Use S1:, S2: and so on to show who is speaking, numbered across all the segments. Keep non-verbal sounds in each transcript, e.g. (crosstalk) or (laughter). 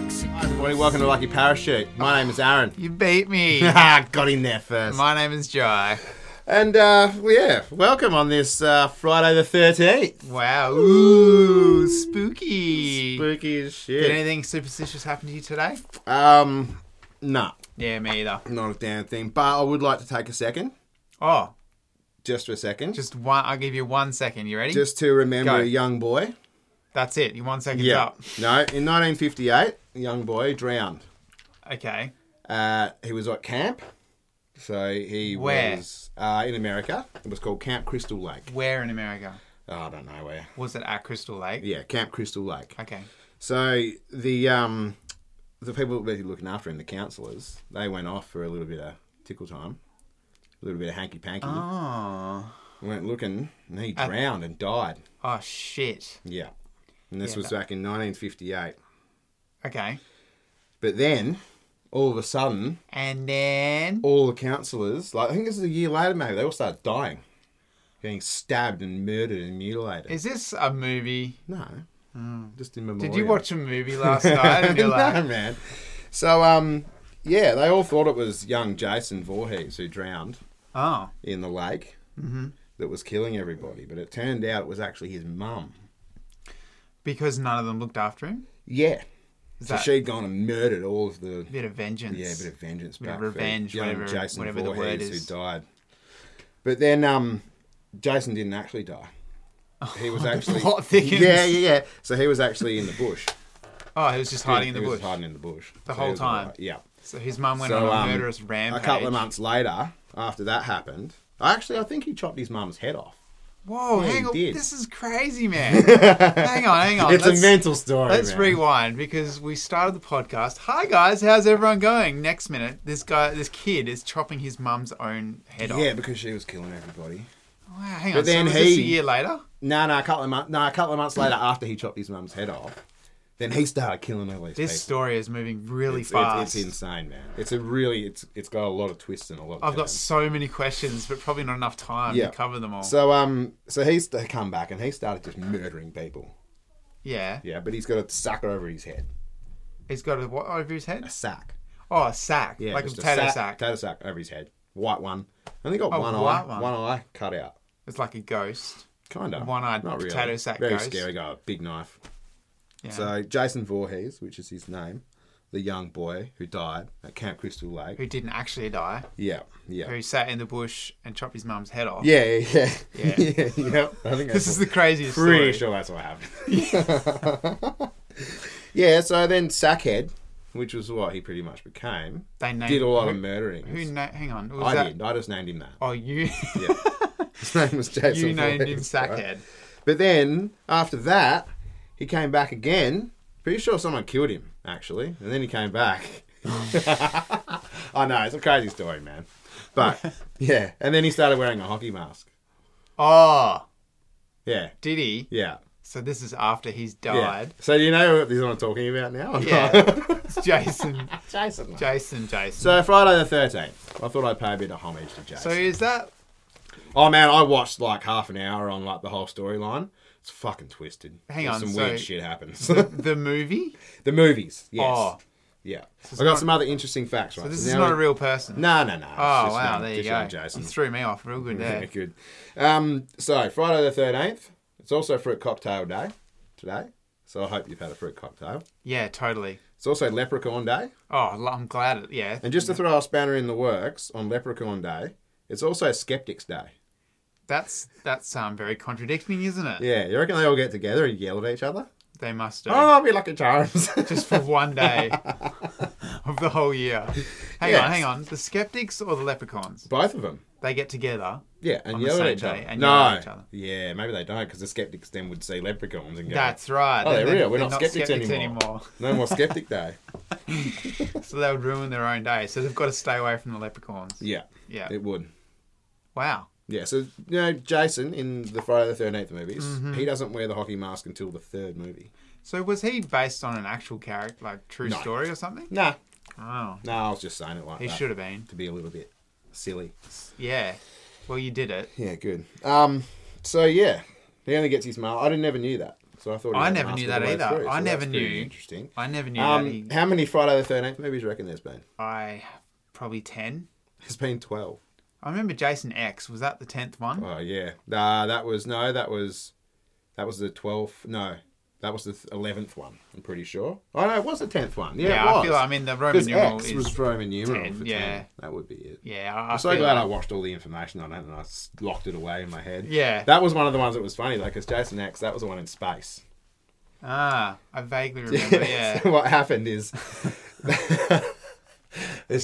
S1: everybody. Welcome to Lucky Parachute. My name is Aaron.
S2: You beat me.
S1: (laughs) Ah, got in there first.
S2: My name is Jai.
S1: And uh, well, yeah, welcome on this uh, Friday the 13th.
S2: Wow. Ooh, spooky.
S1: Spooky as
S2: Did
S1: shit.
S2: anything superstitious happen to you today?
S1: Um, no,
S2: Yeah, me either.
S1: not a damn thing. But I would like to take a second,
S2: Oh,
S1: just for a second, just,
S2: just one. I'll give you one second. You ready?
S1: to remember
S2: Go.
S1: a young boy.
S2: That's it. You one second
S1: Yeah.
S2: up.
S1: No, in 1958, a young boy drowned.
S2: Okay.
S1: Uh, he was at camp. So he
S2: Where?
S1: was uh, in America. It was called Camp Crystal Lake.
S2: Where in America?
S1: Oh, I don't know where.
S2: Was it at Crystal Lake?
S1: Yeah, Camp Crystal Lake.
S2: Okay.
S1: So the um, the people that were looking after him, the counsellors, they went off for a little bit of tickle time, a little bit of hanky panky.
S2: Oh.
S1: Went looking, and he drowned and died.
S2: Oh shit.
S1: Yeah, and this
S2: Yeah,
S1: was back in 1958.
S2: Okay.
S1: But then, all of a sudden,
S2: And then.
S1: all the counsellors, like I think this is a year later, maybe they all started dying, getting stabbed and murdered and mutilated.
S2: Is this a movie?
S1: no, just in memoriam.
S2: Hmm. Did you watch a movie (laughs) last night? And you're
S1: Oh, (laughs) no,
S2: like,
S1: man. So, um, yeah, they all thought it was young Jason Voorhees who drowned
S2: oh.
S1: in the lake
S2: Mm-hmm.
S1: that was killing everybody, but it turned out it was actually his mum.
S2: Because none of them looked after him?
S1: Yeah.
S2: Is
S1: So
S2: that
S1: she'd gone and murdered all of the.
S2: a bit of vengeance?
S1: Yeah, a bit of vengeance
S2: bit of
S1: back for
S2: revenge,
S1: young
S2: whatever-
S1: Jason
S2: whatever the word
S1: Voorhees
S2: is.
S1: who died. But then, um, Jason didn't actually
S2: (laughs)
S1: die. He was actually.
S2: plot thickens.
S1: Yeah, yeah, yeah. So he was actually in the bush.
S2: Oh, he was just hiding in the
S1: He was
S2: bush.
S1: hiding in the bush.
S2: The
S1: So
S2: whole
S1: he was all
S2: time.
S1: right. Yeah.
S2: So his mum went
S1: So,
S2: on
S1: um,
S2: a murderous
S1: a
S2: rampage.
S1: couple of months later, after that happened, actually, I think he chopped his mum's head off.
S2: Whoa,
S1: Yeah, he
S2: hang on.
S1: did.
S2: This is
S1: (laughs)
S2: crazy, man. hang on, hang on.
S1: it's
S2: let's,
S1: a mental story.
S2: Let's
S1: man.
S2: rewind because we started the podcast. Hi guys, how's everyone going? Next minute, this guy, this kid is chopping his mum's own head off.
S1: Yeah, because she was killing everybody.
S2: Wow, hang
S1: But
S2: on.
S1: then
S2: so was this
S1: he-
S2: a year later?
S1: No, no, a couple of months. No, a couple of months later, after he chopped his mum's head off, then he started killing all these
S2: This
S1: people.
S2: story is moving really
S1: It's,
S2: fast.
S1: it's, it's insane, man. It's a really, it's it's got a lot of twists and a lot. Of
S2: I've got
S1: turns.
S2: so many questions, but probably not enough time
S1: Yeah.
S2: to cover them all.
S1: So um, so he's to come back and he started just murdering people.
S2: yeah.
S1: Yeah, but he's got a sack over his head.
S2: He's got a what over his
S1: A
S2: head?
S1: sack.
S2: Oh, a sack.
S1: Yeah,
S2: like a
S1: just
S2: potato sack.
S1: Potato sack over his head. White one. Only got
S2: Oh,
S1: one eye.
S2: white
S1: One.
S2: one.
S1: eye cut out.
S2: It's like a ghost.
S1: Kind of.
S2: One-eyed
S1: Not really.
S2: potato sack
S1: Very
S2: ghost.
S1: scary guy. Big knife.
S2: Yeah.
S1: So Jason Voorhees, which is his name, the young boy who died at Camp Crystal Lake.
S2: who didn't actually die,
S1: Yeah, yeah.
S2: who sat in the bush and chopped his mum's head off.
S1: Yeah, yeah, yeah.
S2: Yeah.
S1: (laughs) yeah, yeah. I think
S2: This
S1: that's
S2: is the craziest
S1: pretty
S2: story.
S1: sure that's what happened. (laughs) yeah, so then Sackhead, which was what he pretty much became,
S2: They named
S1: did a lot
S2: who,
S1: of murderings.
S2: who na- hang on. Was
S1: I
S2: that,
S1: did. I just named him that. (laughs)
S2: Oh, you (laughs)
S1: His name was Jason.
S2: you named him
S1: Voorhees, right?
S2: Sackhead.
S1: But then after that, he came back again. Pretty sure someone killed him actually, and then he came back. (laughs) I know it's a crazy story, man.
S2: (laughs)
S1: But yeah, and then he started wearing a hockey mask.
S2: Oh,
S1: Yeah,
S2: did he?
S1: yeah,
S2: So this is after he's
S1: yeah. (laughs)
S2: died.
S1: So do you know what this is what I'm talking about now? (laughs) or
S2: Yeah.
S1: not?
S2: It's Jason,
S1: Jason.
S2: Jason, Jason. So,
S1: So Friday the Thirteenth. I thought I'd pay a bit of homage to Jason.
S2: is that?
S1: oh man, I watched like half an hour on like the whole storyline. It's fucking twisted.
S2: Hang
S1: There's
S2: on,
S1: some
S2: so-
S1: weird shit happens. (laughs)
S2: The movie?
S1: The movies, yes.
S2: Oh.
S1: Yeah.
S2: it's
S1: I got
S2: not-
S1: some other interesting facts, right?
S2: So this
S1: so
S2: is
S1: now
S2: not a
S1: we-
S2: real person.
S1: No, no, no. it's
S2: Oh
S1: just
S2: wow,
S1: young-
S2: there you
S1: just
S2: go.
S1: young Jason.
S2: You threw me off real good
S1: Yeah,
S2: there.
S1: good. Um, so, Friday the 13th. It's also Fruit Cocktail Day today. So I hope you've had a fruit cocktail.
S2: Yeah, totally.
S1: It's also Leprechaun Day.
S2: Oh, lo- I'm glad. It, yeah.
S1: And just to throw a spanner in the works on Leprechaun Day, it's also Skeptics Day.
S2: That's that's um very contradicting, isn't it?
S1: Yeah, you reckon they all get together and yell at each other?
S2: They must do.
S1: Oh, we lucky charms. (laughs)
S2: just for one day of the whole year. Hang
S1: Yes.
S2: on, hang on. The skeptics or the leprechauns?
S1: Both of them.
S2: They get together.
S1: Yeah, and
S2: On the
S1: yell at
S2: same
S1: each
S2: day,
S1: other.
S2: and
S1: no.
S2: yell at each other.
S1: Yeah, maybe they don't because the skeptics then would see leprechauns and go,
S2: That's right.
S1: Oh,
S2: Then
S1: they're real. We're not skeptics anymore. no more skeptic day.
S2: (laughs) so they would ruin their own day. So they've got to stay away from the leprechauns.
S1: Yeah,
S2: Yeah.
S1: it would.
S2: Wow.
S1: Yeah, so you know Jason in the Friday the 13th movies,
S2: Mm-hmm.
S1: he doesn't wear the hockey mask until the third movie.
S2: So was he based on an actual character, like true
S1: No.
S2: story or something?
S1: Nah,
S2: Oh,
S1: no, I was just saying it like
S2: he
S1: that
S2: should have been.
S1: to be a little bit silly.
S2: Yeah. Well, you did it.
S1: Yeah, good. Um, so yeah, he only gets his mask. I didn't ever knew that. So I thought he
S2: I
S1: had
S2: never
S1: mastered
S2: knew
S1: the
S2: that
S1: way
S2: either.
S1: through,
S2: I
S1: so
S2: never
S1: that's pretty
S2: knew.
S1: Interesting.
S2: I never knew that.
S1: Um,
S2: He,
S1: how many Friday the Thirteenth movies do you reckon there's been?
S2: I probably ten.
S1: There's been twelve.
S2: I remember Jason X. Was that the tenth one?
S1: Oh yeah, uh, that was no, that was that was the twelfth. No, that was the eleventh one. I'm pretty sure. Oh no, it was the tenth one. Yeah, it was.
S2: I feel. I mean, the Roman
S1: Because
S2: numeral
S1: X
S2: is.
S1: was Roman numeral
S2: 10,
S1: for 10.
S2: yeah.
S1: That would be it.
S2: yeah, I, I
S1: I'm so
S2: feel
S1: glad
S2: like-
S1: I watched all the information on it and I s- locked it away in my head.
S2: Yeah.
S1: That was one of the ones that was funny, though, because Jason X, that was the one in space.
S2: ah, I
S1: (laughs)
S2: vaguely remember. (laughs) yeah.
S1: so what happened is. (laughs) this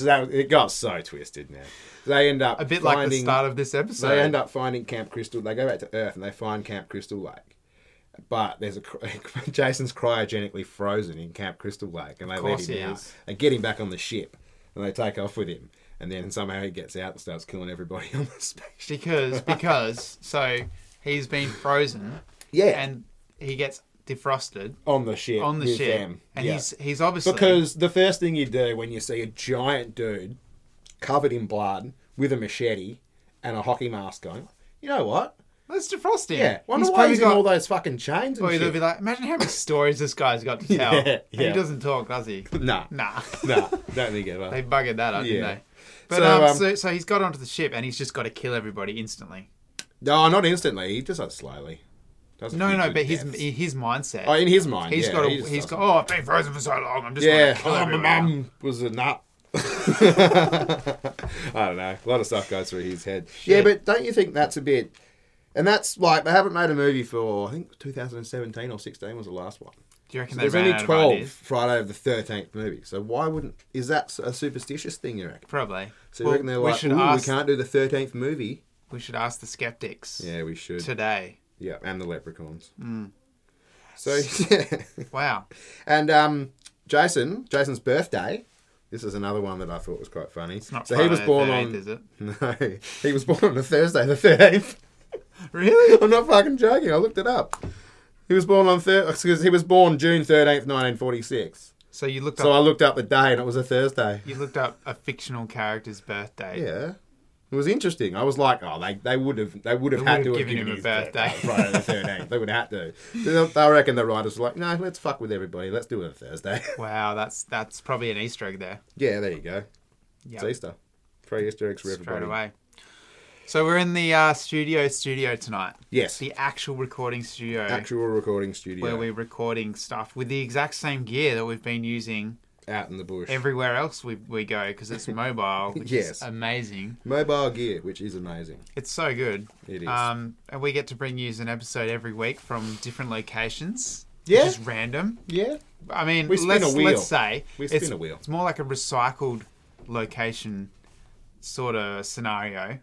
S1: is how, it got so twisted, man. They end up
S2: A bit like the
S1: finding,
S2: start of this episode.
S1: They end up finding Camp Crystal. They go back to Earth and they find Camp Crystal Lake. But there's a cr- (laughs) Jason's cryogenically frozen in Camp Crystal Lake, and they let
S2: course he
S1: him out.
S2: is.
S1: They get him back on the ship, and they take off with him. And then somehow he gets out and starts killing everybody (laughs) on the spaceship. (laughs)
S2: because because so he's been frozen
S1: Yeah,
S2: and he gets defrosted
S1: on the ship.
S2: on the
S1: with
S2: ship,
S1: them.
S2: and
S1: Yeah.
S2: he's he's obviously
S1: because the first thing you do when you see a giant dude covered in blood with a machete and a hockey mask on, you know what?
S2: let's defrost him.
S1: Yeah, wonder
S2: he's
S1: why
S2: probably
S1: he's in
S2: got.
S1: all those fucking chains and
S2: or they'll
S1: shit.
S2: be like, imagine how
S1: (laughs)
S2: many stories this guy's got to tell.
S1: Yeah,
S2: And
S1: yeah.
S2: He doesn't talk, does he?
S1: nah, (laughs)
S2: Nah.
S1: nah, don't think ever.
S2: They buggered that up, didn't
S1: Yeah.
S2: they? But
S1: So,
S2: um,
S1: um,
S2: so, so he's got onto the ship and he's just got to kill everybody instantly.
S1: No, Oh, not instantly. He does that slowly. Does a
S2: No,
S1: few
S2: no,
S1: good
S2: but his
S1: deaths.
S2: his mindset.
S1: oh, in his mind,
S2: he's
S1: yeah,
S2: got. A,
S1: he
S2: he
S1: just
S2: has
S1: does
S2: got. Oh, I've been frozen for so long. I'm
S1: it.
S2: just.
S1: Yeah,
S2: Gonna
S1: oh,
S2: kill
S1: my
S2: everyone."
S1: mum was a
S2: (laughs)
S1: nut. I don't know. A lot of stuff goes through his head. Yeah, but don't you think that's a bit? And that's like they haven't made a movie for I think 2017 or 16 was the last one.
S2: Do you reckon
S1: So
S2: they
S1: there's
S2: ran
S1: only
S2: out of
S1: 12
S2: ideas?
S1: Friday of the 13th movie. So why wouldn't? Is that a superstitious thing you reckon?
S2: Probably.
S1: So you
S2: Well,
S1: reckon they're like,
S2: should
S1: Ooh,
S2: ask-
S1: we can't do the 13th movie?
S2: We should ask the skeptics
S1: Yeah, we should.
S2: today.
S1: Yeah, and the leprechauns.
S2: Mm.
S1: So (laughs) yeah.
S2: Wow.
S1: And um, Jason, Jason's birthday. This is another one that I thought was quite funny.
S2: It's not
S1: so
S2: Friday
S1: he was
S2: the
S1: born
S2: 13th,
S1: on.
S2: Is it?
S1: (laughs) No, he was born on a Thursday, the thirteenth.
S2: (laughs)
S1: (laughs)
S2: Really?
S1: I'm not fucking joking. I looked it up. He was born on thir- excuse, he was born June thirteenth, nineteen forty six.
S2: So you looked
S1: So
S2: up
S1: I looked up the day, and it was a Thursday.
S2: you looked up a fictional character's birthday.
S1: Yeah. It was interesting. I was like, oh, they, they would have they would have
S2: They
S1: had
S2: would
S1: to
S2: have
S1: have
S2: given him a
S1: his
S2: birthday.
S1: Friday the thirteenth. they would have had to. I reckon the writers were like, no, let's fuck with everybody. Let's do it on Thursday. (laughs)
S2: Wow, that's that's probably an Easter egg there.
S1: yeah, there you go.
S2: Yeah.
S1: It's Easter. Free Easter eggs for everybody.
S2: Straight away. So we're in the uh, studio studio tonight.
S1: Yes.
S2: The actual recording studio
S1: Actual recording
S2: where
S1: studio
S2: we're recording stuff with the exact same gear that we've been using
S1: out in the bush.
S2: everywhere else we, we go
S1: (laughs)
S2: because it's mobile, which is
S1: Yes.
S2: amazing.
S1: Mobile gear, which is amazing.
S2: It's so good.
S1: It is.
S2: Um, and we get to bring you an episode every week from different locations.
S1: Yeah.
S2: Just random.
S1: yeah.
S2: I mean,
S1: We spin
S2: let's,
S1: a wheel.
S2: let's say
S1: We
S2: it's-
S1: spin a wheel.
S2: It's more like a recycled location sort of scenario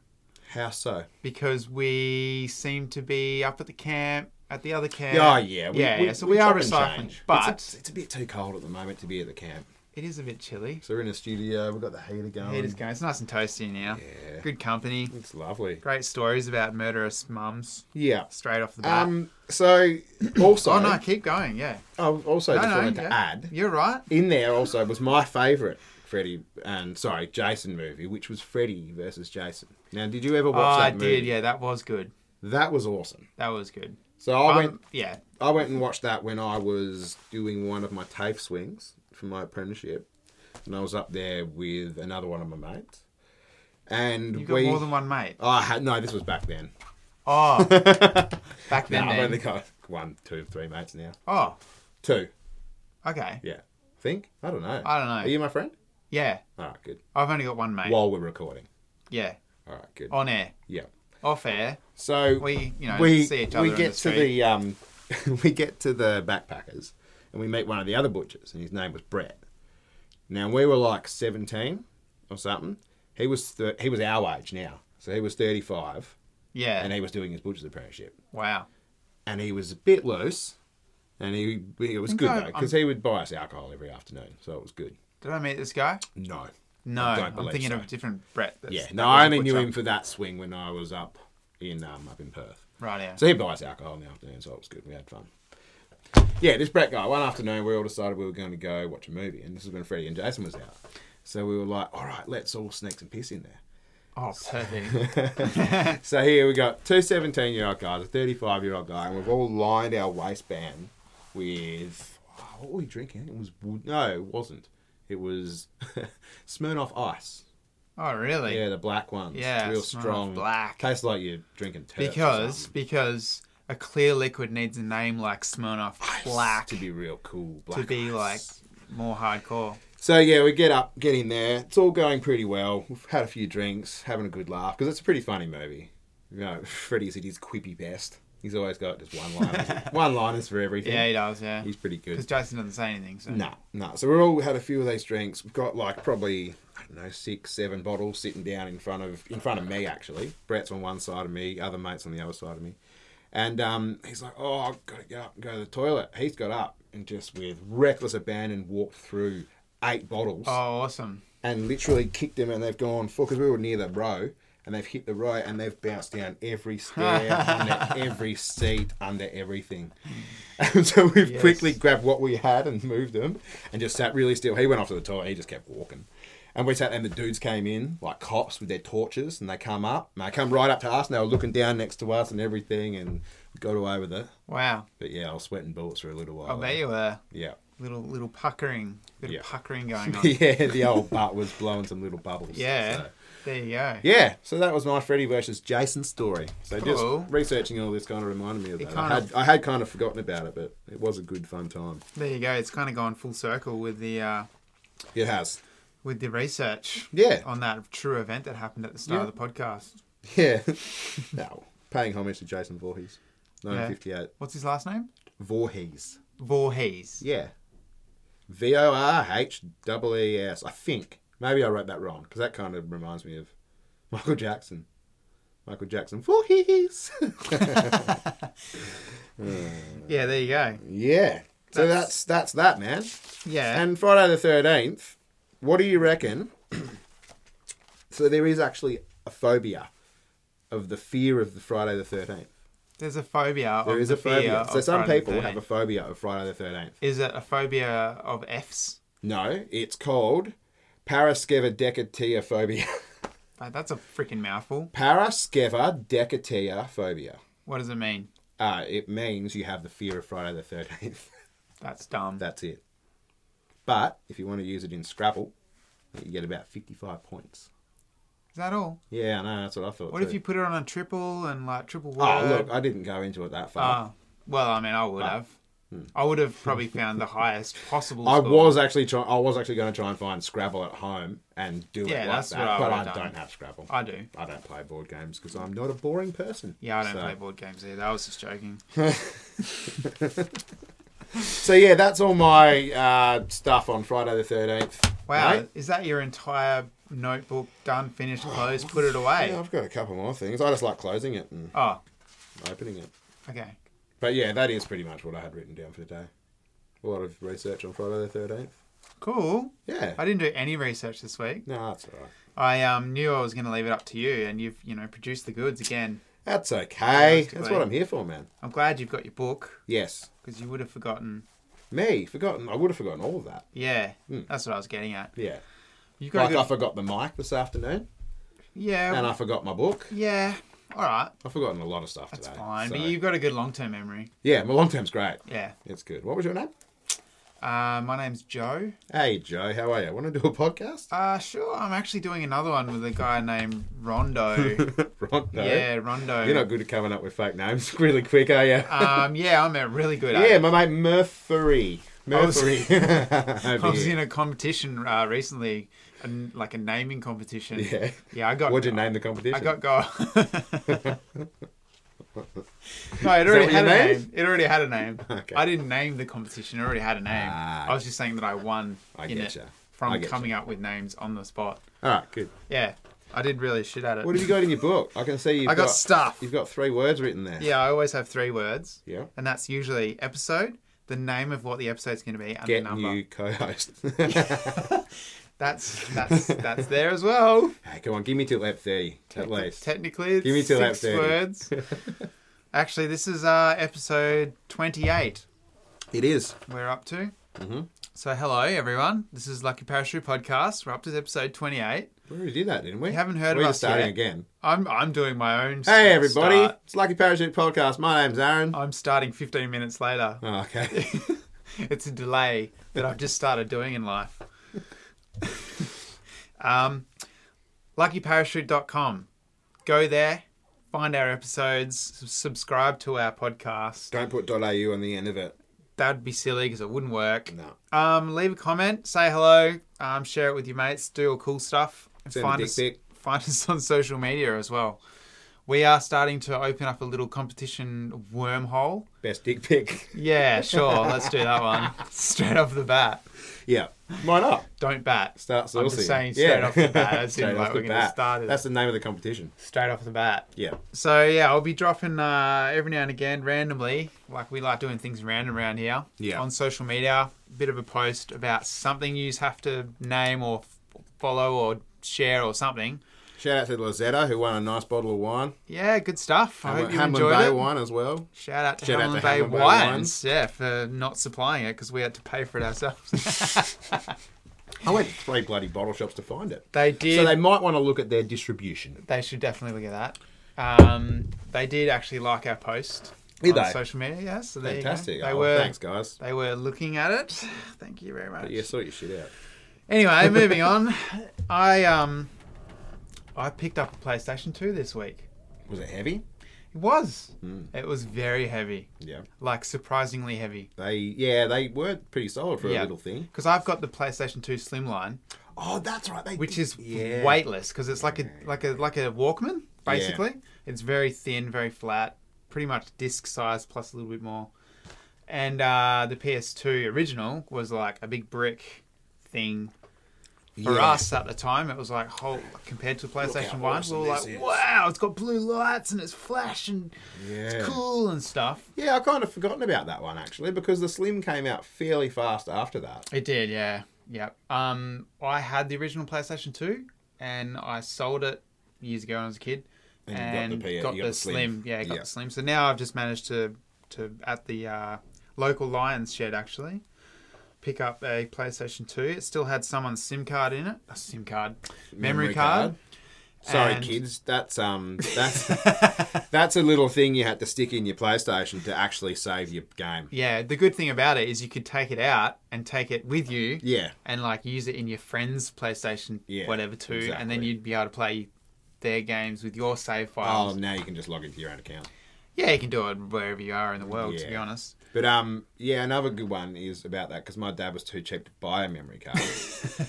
S1: How so?
S2: because we seem to be up at the camp, at the other camp.
S1: Yeah, oh, yeah.
S2: yeah, yeah. So we, are
S1: chop and
S2: recycling,
S1: change.
S2: but
S1: it's a, it's a bit too cold at the moment to be at the camp.
S2: it is a bit chilly.
S1: So we're in a studio. We've got the heater going.
S2: Heat is going. It's nice and toasty now.
S1: Um, Yeah.
S2: Good company.
S1: It's lovely.
S2: Great stories about murderous mums
S1: Yeah.
S2: straight off the bat.
S1: Um. So also,
S2: oh no, keep going. Yeah.
S1: I also
S2: No,
S1: just
S2: no,
S1: wanted
S2: yeah.
S1: to add
S2: You're right.
S1: in there also was my favourite Freddy and sorry Jason movie, which was Freddy versus Jason. Now, did you ever
S2: Oh,
S1: watch
S2: I
S1: that movie?
S2: did. Yeah, that was good.
S1: That was awesome.
S2: That was good.
S1: So I
S2: Um,
S1: went
S2: yeah.
S1: I went and watched that when I was doing one of my TAFE swings for my apprenticeship, and I was up there with another one of my mates, and
S2: You got
S1: we.
S2: more than one
S1: (laughs)
S2: mate.
S1: I had no. This was back then.
S2: Oh, (laughs) back then.
S1: No, I've
S2: then.
S1: only got one, two, three mates now.
S2: Oh,
S1: Two.
S2: okay.
S1: Yeah. Think? I don't know.
S2: I don't know.
S1: Are you my friend?
S2: Yeah,
S1: All right, good.
S2: I've only got one mate.
S1: While we're recording.
S2: Yeah,
S1: All right, good.
S2: on air,
S1: Yeah.
S2: off air.
S1: So
S2: Oh. We, you know,
S1: we
S2: see each other.
S1: we
S2: in
S1: get
S2: the
S1: to
S2: street.
S1: the um, (laughs) we get to the backpackers, and we meet one of the other butchers, and his name was Brett. Now we were like seventeen or something. He was th- he was our age now, so he was thirty five,
S2: yeah.
S1: and he was doing his butcher's apprenticeship,
S2: wow.
S1: and he was a bit loose, and he it was
S2: Think
S1: good
S2: I-
S1: though because he would buy us alcohol every afternoon, so it was good.
S2: Did I meet this guy?
S1: No,
S2: No,
S1: I don't
S2: I'm
S1: believe
S2: thinking
S1: so.
S2: of a different Brett. That's,
S1: yeah,
S2: that
S1: no,
S2: was
S1: I
S2: a
S1: only knew
S2: butcher.
S1: him for that swing when I was up in um, up in Perth.
S2: Right. Yeah.
S1: So he buys alcohol in the afternoon, so it was good. We had fun. Yeah, this Brett guy, one afternoon, we all decided we were going to go watch a movie, and this is when Freddie and Jason was out. So we were like, all right, let's all sneak some piss in there.
S2: oh,
S1: (laughs)
S2: perfect.
S1: so here we got two 17 year old guys, a 35 year old guy, and we've all lined our waistband with oh, what were we drinking? It was wood. No, it wasn't. It was (laughs) Smirnoff Ice.
S2: Oh, really?
S1: Yeah, the black ones.
S2: Yeah,
S1: real
S2: Smirnoff
S1: strong.
S2: Black.
S1: Tastes like you're drinking turps or
S2: Because
S1: something.
S2: because a clear liquid needs a name like Smirnoff Black
S1: to be real cool. Black
S2: to be
S1: ice.
S2: like more hardcore.
S1: So yeah, we get up, get in there. It's all going pretty well. We've had a few drinks, having a good laugh because it's a pretty funny movie. You know, (laughs) Freddy's at his quippy best. He's always got just one
S2: (laughs)
S1: line, one liners for everything.
S2: Yeah, he does. Yeah,
S1: he's pretty good.
S2: because Jason doesn't say anything. So
S1: No, no. So we all had a few of these drinks. We've got like probably I don't know six, seven bottles sitting down in front of in front of me actually. Brett's on one side of me, other mates on the other side of me, and um, he's like, "Oh, I've got to get up and go to the toilet." He's got up and just with reckless abandon walked through eight bottles
S2: Oh, awesome.
S1: and literally kicked them, and they've gone full because we were near the row. And they've hit the row and they've bounced down every stair,
S2: (laughs)
S1: under every seat, under everything. And so we've
S2: Yes.
S1: quickly grabbed what we had and moved them and just sat really still. He went off to the toilet, he just kept walking. And we sat and the dudes came in, like cops with their torches, and they come up and they come right up to us and they were looking down next to us and everything and we got away with it.
S2: Wow.
S1: But yeah, I was sweating bullets for a little while.
S2: I bet you were
S1: Yeah. (laughs)
S2: little little puckering, bit
S1: Yeah.
S2: of
S1: (laughs)
S2: puckering going on.
S1: yeah, the old butt was blowing some little bubbles.
S2: yeah.
S1: so.
S2: There you go.
S1: Yeah, so that was my Freddy versus Jason story. So
S2: Cool.
S1: just researching all this kind of reminded me of
S2: It
S1: that.
S2: kind
S1: I had,
S2: of-
S1: I had kind of forgotten about it, but it was a good fun time.
S2: There you go. It's kind of gone full circle with the uh,
S1: It has.
S2: with the research
S1: Yeah.
S2: on that true event that happened at the start
S1: Yeah.
S2: of the podcast.
S1: Yeah. (laughs) no. Paying homage to Jason Voorhees. 1958.
S2: What's his last name?
S1: Voorhees.
S2: Voorhees.
S1: Yeah. V O R H E E S, I think. Maybe I wrote that wrong because that kind of reminds me of Michael Jackson. Michael Jackson. Voorhees. (laughs)
S2: Yeah, there you go.
S1: yeah. So
S2: That's-
S1: that's that's that, man.
S2: Yeah.
S1: And Friday the thirteenth, what do you reckon? (clears throat) so there is actually a phobia of the fear of the Friday the thirteenth.
S2: There's a phobia.
S1: There
S2: of
S1: is
S2: the
S1: a phobia.
S2: fear
S1: So
S2: of
S1: some
S2: Friday the
S1: people have a
S2: 13th.
S1: phobia of Friday the thirteenth.
S2: Is it a phobia of Fs?
S1: No, it's called (laughs) paraskevodecatiophobia.
S2: Like, that's a freaking mouthful.
S1: paraskevodecatiophobia.
S2: What does it mean?
S1: Uh, it means you have the fear of Friday the thirteenth. (laughs)
S2: That's dumb.
S1: That's it. But if you want to use it in Scrabble, you get about fifty-five points.
S2: Is that all?
S1: Yeah, I know. That's what I thought.
S2: What
S1: too.
S2: if you put it on a triple and like triple word?
S1: Oh, look, I didn't go into it that far.
S2: Uh, Ah, well, I mean, I would have. I would have
S1: (laughs)
S2: probably found the highest possible.
S1: Hmm. I
S2: score.
S1: was actually trying. I was actually going to try and find Scrabble at home and do
S2: Yeah,
S1: it like
S2: that's
S1: that,
S2: what I
S1: but I
S2: would've done.
S1: don't have Scrabble. I,
S2: I do.
S1: don't play board games because I'm not a boring person.
S2: Yeah, I don't
S1: so.
S2: play board games either. I was just joking.
S1: So yeah, that's all my uh, stuff on Friday the thirteenth.
S2: Wow, is that your entire notebook done, finished, closed, put
S1: (laughs)
S2: it
S1: Yeah,
S2: away?
S1: I've got a couple more things. I just like closing it and
S2: Oh,
S1: opening it.
S2: okay.
S1: But yeah, that is pretty much what I had written down for today. A lot of research on Friday the thirteenth.
S2: Cool.
S1: Yeah.
S2: I didn't do any research this week.
S1: No, that's all right.
S2: I um, knew I was going to leave it up to you, and you've you know produced the goods again.
S1: That's okay.
S2: Yeah,
S1: That's what I'm here for, man.
S2: I'm glad you've got your book
S1: Yes.
S2: because you would have forgotten.
S1: Me, forgotten. I would have forgotten all of that.
S2: Yeah, that's what I was getting at.
S1: Yeah.
S2: You've got
S1: Hmm. Like
S2: a good,
S1: I forgot the mic this afternoon,
S2: yeah,
S1: and I forgot my book.
S2: yeah. All right,
S1: I've forgotten a lot of stuff
S2: that's
S1: today.
S2: fine.
S1: so-
S2: But you've got a good long-term memory.
S1: yeah, my long term's great.
S2: Yeah.
S1: It's good. What was your name?
S2: Uh, my name's Joe.
S1: Hey Joe, how are you? Want to do a podcast?
S2: Uh, sure. I'm actually doing another one with a guy named
S1: (laughs)
S2: Rondo.
S1: Rondo.
S2: Uh, Yeah, Rondo.
S1: You're not good at coming up with fake names (laughs) really quick, are you?
S2: um, yeah, I'm a really good at
S1: (laughs) yeah,
S2: it.
S1: my mate Murphy.
S2: I was-
S1: Murphy.
S2: (laughs)
S1: (laughs)
S2: I was in a competition uh, recently, an like a naming competition.
S1: Yeah.
S2: Yeah, I got.
S1: What'd you name the competition?
S2: I got go.
S1: (laughs)
S2: no, it
S1: what
S2: already
S1: you
S2: had a
S1: named?
S2: name. It already had a name.
S1: Okay.
S2: I didn't name the competition. It already had a name.
S1: Ah.
S2: I was just saying that I won
S1: I
S2: in it
S1: getcha. I
S2: from
S1: getcha.
S2: coming up with names on the spot.
S1: All right, good.
S2: Yeah, I did really shit at it.
S1: What have you got in your book? I can see you've
S2: I got stuff.
S1: You've got three words written there.
S2: Yeah, I always have three words.
S1: Yeah.
S2: And that's usually episode, the name of what the episode's going to be, and
S1: Get
S2: the number.
S1: new
S2: (laughs)
S1: co-host.
S2: That's that's that's there as well.
S1: Hey, come on, give me till lap thirty at least.
S2: Technically, it's
S1: Give me till
S2: six
S1: episode.
S2: words.
S1: (laughs)
S2: Actually, this is uh, episode twenty-eight.
S1: It is.
S2: We're up to. Mm-hmm. So, hello everyone. This is Lucky Parachute Podcast. We're up to episode twenty-eight.
S1: We already did that, didn't we?
S2: You haven't heard
S1: We're
S2: of
S1: just
S2: us
S1: starting
S2: yet.
S1: again.
S2: I'm I'm doing my own.
S1: Hey,
S2: st-
S1: everybody!
S2: start. Oh.
S1: It's Lucky Parachute Podcast. My name's Aaron.
S2: I'm starting 15 minutes later. (laughs)
S1: Oh, okay.
S2: it's a delay that I've just started doing in life. (laughs) um, luckyparachute.com. Go there, find our episodes, s- subscribe to our podcast.
S1: Don't put .au on the end of it.
S2: That'd be silly because it wouldn't work.
S1: No.
S2: Um, leave a comment, say hello, um, share it with your mates, do all cool stuff, and
S1: Send a
S2: find
S1: dick
S2: us
S1: pic.
S2: find (laughs) us on social media as well. We are starting to open up a little competition wormhole.
S1: Best dick pic. (laughs)
S2: (laughs) Yeah, sure, let's do that one (laughs) straight off the bat.
S1: yeah. Why not?
S2: Don't bat.
S1: Start saucy.
S2: I'm just saying straight off
S1: (laughs)
S2: the bat. That
S1: Straight
S2: seemed like
S1: off
S2: we're
S1: the
S2: going to
S1: bat.
S2: start it
S1: That's the name of the competition.
S2: straight off the bat.
S1: Yeah.
S2: So yeah, I'll be dropping uh, every now and again randomly, like we like doing things random around here.
S1: Yeah.
S2: On social media, bit of a post about something you have to name or f- follow or share or something.
S1: Shout out to Lozetta who won a nice bottle of wine.
S2: Yeah, good stuff. I hope you
S1: Hamlin
S2: enjoyed
S1: Bay
S2: it.
S1: wine as well.
S2: Shout out to
S1: Shout out
S2: Hamlin
S1: to
S2: Bay
S1: Hamlin Bay
S2: Wines, yeah, for not supplying it because we had to pay for it
S1: (laughs)
S2: ourselves.
S1: I went to three bloody bottle shops to find it.
S2: they did.
S1: So they might want to look at their distribution.
S2: They should definitely look at that. Um, they did actually like our post
S1: Did
S2: on
S1: they?
S2: social media. Yeah, so there you go.
S1: Fantastic.
S2: They
S1: oh,
S2: were
S1: Thanks, guys.
S2: they were looking
S1: (sighs)
S2: at it. Thank you very much.
S1: Yeah, sort your shit out. (laughs)
S2: Anyway, moving on. I um I picked up a PlayStation 2 this week.
S1: Was it heavy?
S2: It was.
S1: Hmm.
S2: It was very heavy.
S1: Yeah.
S2: Like surprisingly heavy.
S1: They yeah they were pretty solid for
S2: Yeah.
S1: a little thing.
S2: Because I've got the PlayStation 2 Slimline,
S1: Oh, that's right. They
S2: which
S1: did-
S2: is weightless because it's like a like a like a Walkman basically. It's very thin, very flat, pretty much disc size plus a little bit more. And uh, the PS2 original was like a big brick thing. For
S1: Yeah.
S2: us at the time, it was like whole compared to PlayStation
S1: how
S2: One,
S1: awesome
S2: we were
S1: this
S2: like,
S1: is.
S2: "Wow, it's got blue lights and it's flash and
S1: Yeah.
S2: it's cool and stuff."
S1: Yeah, I kind of forgotten about that one actually because the Slim came out fairly fast after that.
S2: It did, yeah, yep. Um, I had the original PlayStation Two, and I sold it years ago when I was a kid,
S1: And
S2: and,
S1: you got the P-
S2: got, the,
S1: you got the
S2: slim.
S1: Slim.
S2: yeah, got
S1: Yeah.
S2: the slim. So now I've just managed to to at the uh, local Lions shed actually pick up a PlayStation Two. It still had someone's SIM card in it, a SIM card, memory, card.
S1: Sorry,
S2: And-
S1: kids. That's um, that's (laughs) that's a little thing you had to stick in your PlayStation to actually save your game.
S2: Yeah, the good thing about it is you could take it out and take it with you
S1: Yeah,
S2: and like use it in your friend's PlayStation
S1: Yeah,
S2: whatever too, and then
S1: exactly.
S2: you'd be able to play their games with your save
S1: Oh,
S2: files.
S1: now you can just log into your own account.
S2: yeah, you can do it wherever you are in the world. To be
S1: Yeah. (laughs)
S2: honest,
S1: But um, yeah, another good one is about that because my dad was too cheap to buy a memory card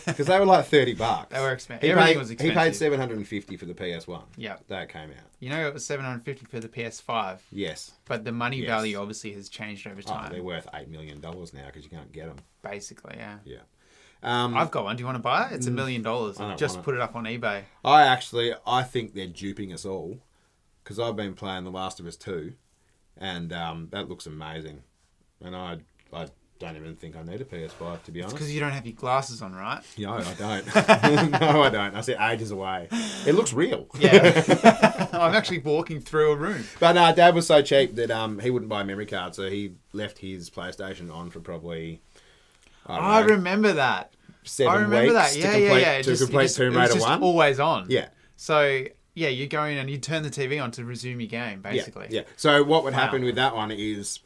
S1: because they were like thirty bucks.
S2: They were expen-
S1: He
S2: everything
S1: paid,
S2: was
S1: He paid
S2: expensive.
S1: seven hundred and fifty for the PS One.
S2: Yeah.
S1: that came out.
S2: you know it was seven hundred fifty for the PS5,
S1: Yes,
S2: but the money
S1: Yes.
S2: value obviously has changed over
S1: oh,
S2: time.
S1: they're worth eight million dollars now because you can't get them.
S2: basically, yeah.
S1: Yeah. Um,
S2: I've got one. Do you want to buy it? It's a million dollars.
S1: Mm, I
S2: I've
S1: don't
S2: just
S1: want it.
S2: put it up on eBay.
S1: I actually, I think they're duping us all because I've been playing The Last of Us Two, and um, that looks amazing. And I, I don't even think I need a PS Five to be honest.
S2: Because you don't have your glasses on, right?
S1: (laughs) No, I don't. (laughs) no, I don't. I said ages away. It looks real.
S2: Yeah. (laughs) I'm actually walking through a room.
S1: But no, Dad was so cheap that um, he wouldn't buy a memory card, so he left his PlayStation on for probably I don't
S2: I
S1: know,
S2: remember that.
S1: seven
S2: I remember
S1: weeks
S2: that. Yeah,
S1: to complete,
S2: yeah, yeah. It
S1: to
S2: just- it
S1: complete
S2: just- it
S1: Tomb
S2: was
S1: Raider
S2: just
S1: One.
S2: Always on.
S1: Yeah.
S2: So yeah, you go in and you turn the TV on to resume your game, basically.
S1: Yeah, yeah. So what would happen with that one is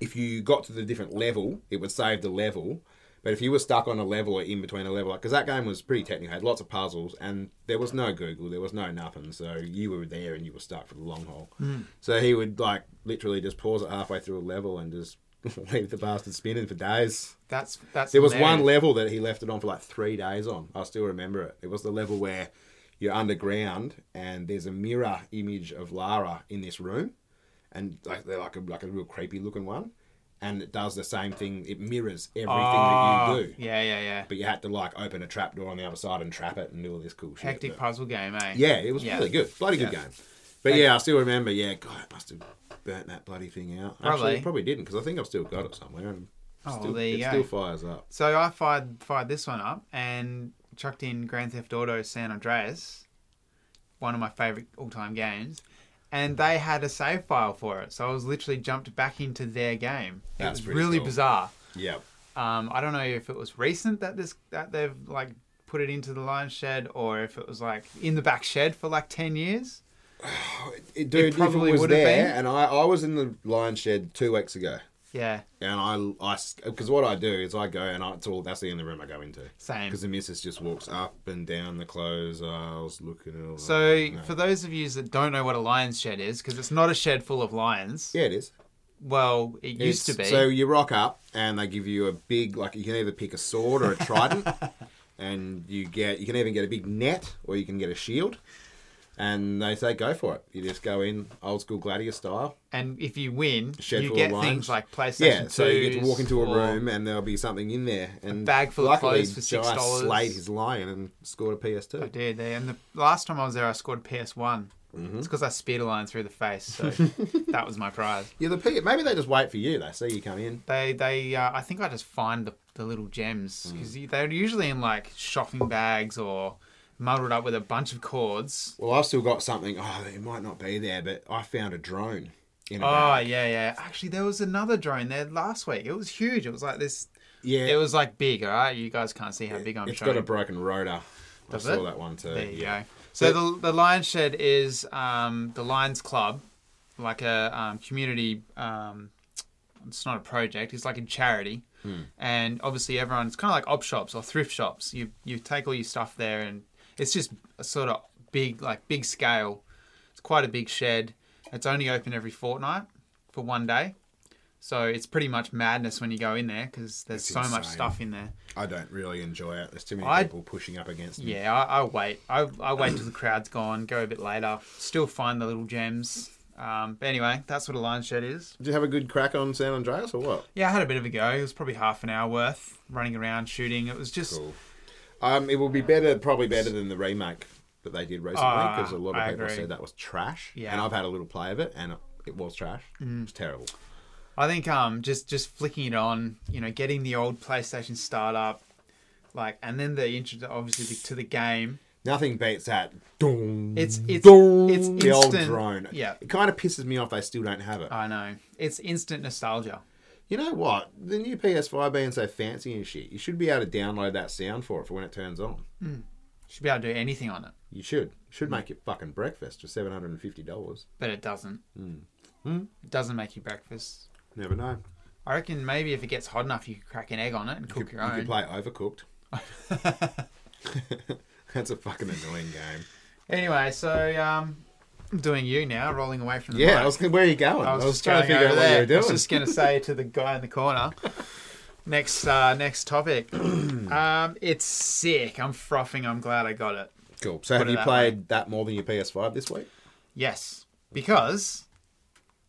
S1: if you got to the different level, it would save the level. But if you were stuck on a level or in between a level, because that game was pretty technical, had lots of puzzles, and there was no Google, there was no nothing, so you were there and you were stuck for the long haul.
S2: Hmm.
S1: So he would like literally just pause it halfway through a level and just (laughs) leave the bastard spinning for days.
S2: That's that's.
S1: There was
S2: hilarious.
S1: one level that he left it on for like three days on. I still remember it. It was the level where you're underground and there's a mirror image of Lara in this room, and like they're like a like a real creepy looking one, and it does the same thing. It mirrors everything
S2: Ah,
S1: that you do,
S2: Yeah, yeah, yeah.
S1: but you had to like open a trap door on the other side and trap it and do all this cool shit.
S2: Hectic
S1: But-
S2: puzzle game, eh?
S1: yeah, it was
S2: Yeah.
S1: really good, bloody good
S2: Yeah.
S1: game. But yeah, I still remember. Yeah, God, I must have burnt that bloody thing out. Actually,
S2: Probably.
S1: probably didn't because I think I've still got it somewhere and
S2: Oh,
S1: still,
S2: there you
S1: it
S2: go.
S1: still fires up.
S2: So I fired fired this one up and chucked in Grand Theft Auto San Andreas, one of my favorite all time games, and they had a save file for it. So I was literally jumped back into their game. It
S1: That's
S2: was
S1: pretty
S2: really
S1: cool.
S2: bizarre.
S1: Yeah.
S2: Um, I don't know if it was recent that this that they've like put it into the lion shed or if it was like in the back shed for like 10 years.
S1: It, dude, if
S2: probably
S1: it was
S2: would have
S1: there,
S2: been.
S1: and I, I was in the lion shed two weeks ago,
S2: Yeah,
S1: and I, because what I do is I go and I, it's all that's the only room I go into.
S2: same.
S1: Because the missus just walks up and down the clothes aisles looking at all that.
S2: So,
S1: Oh, No.
S2: for those of you that don't know what a lion's shed is, because it's not a shed full of lions,
S1: Yeah, it is.
S2: well, it used to
S1: It's-
S2: be.
S1: So you rock up and they give you a big, like, you can either pick a sword or a
S2: (laughs)
S1: trident. and you get, you can even get a big net or you can get a shield. And they say, go for it. You just go in old school gladiator style.
S2: and if you win,
S1: Shed
S2: you
S1: full
S2: get
S1: of lions.
S2: things like PlayStation
S1: Yeah, so you get to
S2: 2s
S1: walk into a
S2: or-
S1: room and there'll be something in there. And
S2: bag full of
S1: luckily,
S2: clothes for
S1: Jai
S2: $6.
S1: slayed his lion and scored a
S2: I
S1: PS2.
S2: did. They, and the last time I was there, I scored a PS1.
S1: Mm-hmm.
S2: It's because I speared a lion through the
S1: (laughs)
S2: face, so that was my prize.
S1: Yeah, the P- maybe they just wait for you. They see you come in.
S2: They, they, uh, I think I just find the, the little
S1: Mm.
S2: gems because they're usually in like shopping bags or muddled up with a bunch of cords.
S1: Well, I've still got something. Oh, it might not be there, but I found a drone. In a
S2: Oh
S1: bag.
S2: yeah, yeah. Actually, there was another drone there last week. It was huge. It was like this.
S1: yeah.
S2: It was like big. All right, you guys can't see how big I'm
S1: It's
S2: showing.
S1: got a broken rotor.
S2: Does
S1: I saw
S2: it?
S1: that one too.
S2: There you
S1: yeah.
S2: go. So the the Lions Shed is um, the Lions Club, like a um, community. Um, it's not a project. It's like a charity, and obviously everyone. It's kind of like op shops or thrift shops. You you take all your stuff there, and it's just a sort of big like big scale. It's quite a big shed. It's only open every fortnight for one day. So it's pretty much madness when you go in there because there's
S1: It's
S2: so much
S1: insane.
S2: stuff in there.
S1: I don't really enjoy it. There's too many
S2: I-
S1: people pushing up against me.
S2: Yeah, I, I wait. I, I wait till the crowd's gone. Go a bit later. Still find the little gems. Um, but anyway, that's what a lion shed is.
S1: Did you have a good crack on San Andreas or what?
S2: Yeah, I had a bit of a go. It was probably half an hour worth running around shooting. It was just
S1: Cool. Um, it will be better, probably better than the remake that they did recently
S2: Ah,
S1: because a lot of
S2: I
S1: people
S2: agree.
S1: said that was trash.
S2: Yeah. Mm.
S1: And I've had a little play of it and it was trash. It was terrible.
S2: I think um just just flicking it on, you know, getting the old PlayStation start up, like, and then the intro obviously the, to the game.
S1: Nothing beats that. Dong,
S2: It's- it's-
S1: dong,
S2: it's
S1: the old
S2: instant-
S1: drone.
S2: yeah. Ah.
S1: It kind of pisses me off they still don't have it.
S2: I know it's instant nostalgia.
S1: You know what? The new PS5 being so fancy and shit, you should be able to download that sound for it for when it turns on.
S2: Should be able to do anything on it,
S1: You should. Should make it fucking breakfast for seven hundred and fifty dollars.
S2: but it doesn't. Hmm?
S1: Mm.
S2: It doesn't make you breakfast.
S1: Never know.
S2: I reckon maybe if it gets hot enough, you could crack an egg on it and cook
S1: you,
S2: your own.
S1: you could play
S2: (laughs)
S1: Overcooked. (laughs) That's a fucking annoying game.
S2: Anyway, so um, I'm doing you now, rolling away from the
S1: Yeah,
S2: mic.
S1: I was. gonna- Where are you going? I was,
S2: just
S1: trying to
S2: going
S1: figure out
S2: over
S1: what you
S2: there.
S1: were doing.
S2: I was just going to say to the guy in the corner.
S1: (laughs)
S2: Next, uh, next topic. (clears throat) um, it's sick. I'm frothing. I'm glad I got it.
S1: Cool. So, have
S2: it
S1: you
S2: that
S1: played that more than your PS5 this week?
S2: Yes, because,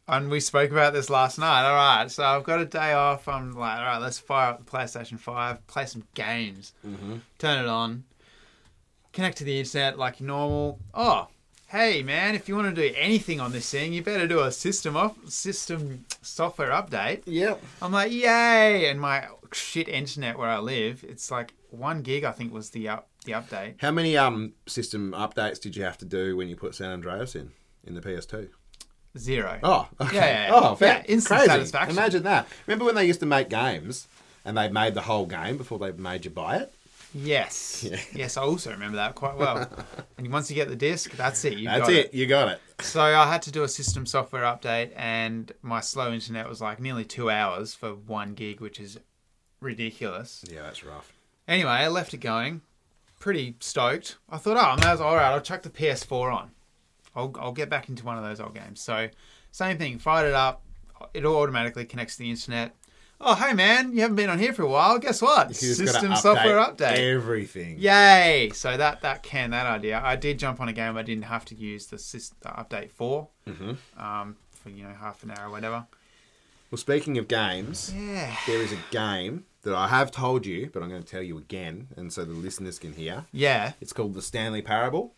S2: and we spoke about this last night. All right, so I've got a day off. I'm like, all right, let's fire up the PlayStation Five, play some games, mm-hmm. turn it on, connect to the internet like normal. Oh, hey man, if you want to do anything on this thing, you better do a system off system software update.
S1: Yep.
S2: I'm like, yay! And my shit internet where I live, it's like one gig. I think was the up, the update.
S1: How many um system updates did you have to do when you put San Andreas in in the PS2?
S2: Zero.
S1: Oh, okay.
S2: Yeah, yeah, yeah.
S1: Oh, fair.
S2: Yeah, instant
S1: Crazy.
S2: satisfaction.
S1: Imagine that. Remember when they used to make games and they made the whole game before they made you buy it?
S2: Yes. Yes, I also remember that quite
S1: (laughs)
S2: well. and once you get the disc, that's it. You've
S1: That's
S2: got
S1: it. You got it.
S2: So I had to do a system software update, and my slow internet was like nearly two hours for one gig, which is ridiculous.
S1: Yeah, that's rough.
S2: Anyway, I left it going, pretty stoked. I thought, oh, that was all right. I'll chuck the PS4 on. I'll, I'll get back into one of those old games. So, same thing. Fired it up. It all automatically connects to the internet. Oh, hey man, you haven't been on here for a while. Guess what?
S1: You just
S2: System
S1: gotta
S2: software update.
S1: Everything.
S2: Yay! So that that can that idea. I did jump on a game I didn't have to use the, sys- the update for, um, for you know half an hour or whatever.
S1: Well, speaking of games,
S2: Yeah.
S1: there is a game that I have told you, but I'm going to tell you again, and so the listeners can hear.
S2: Yeah,
S1: It's called The Stanley Parable.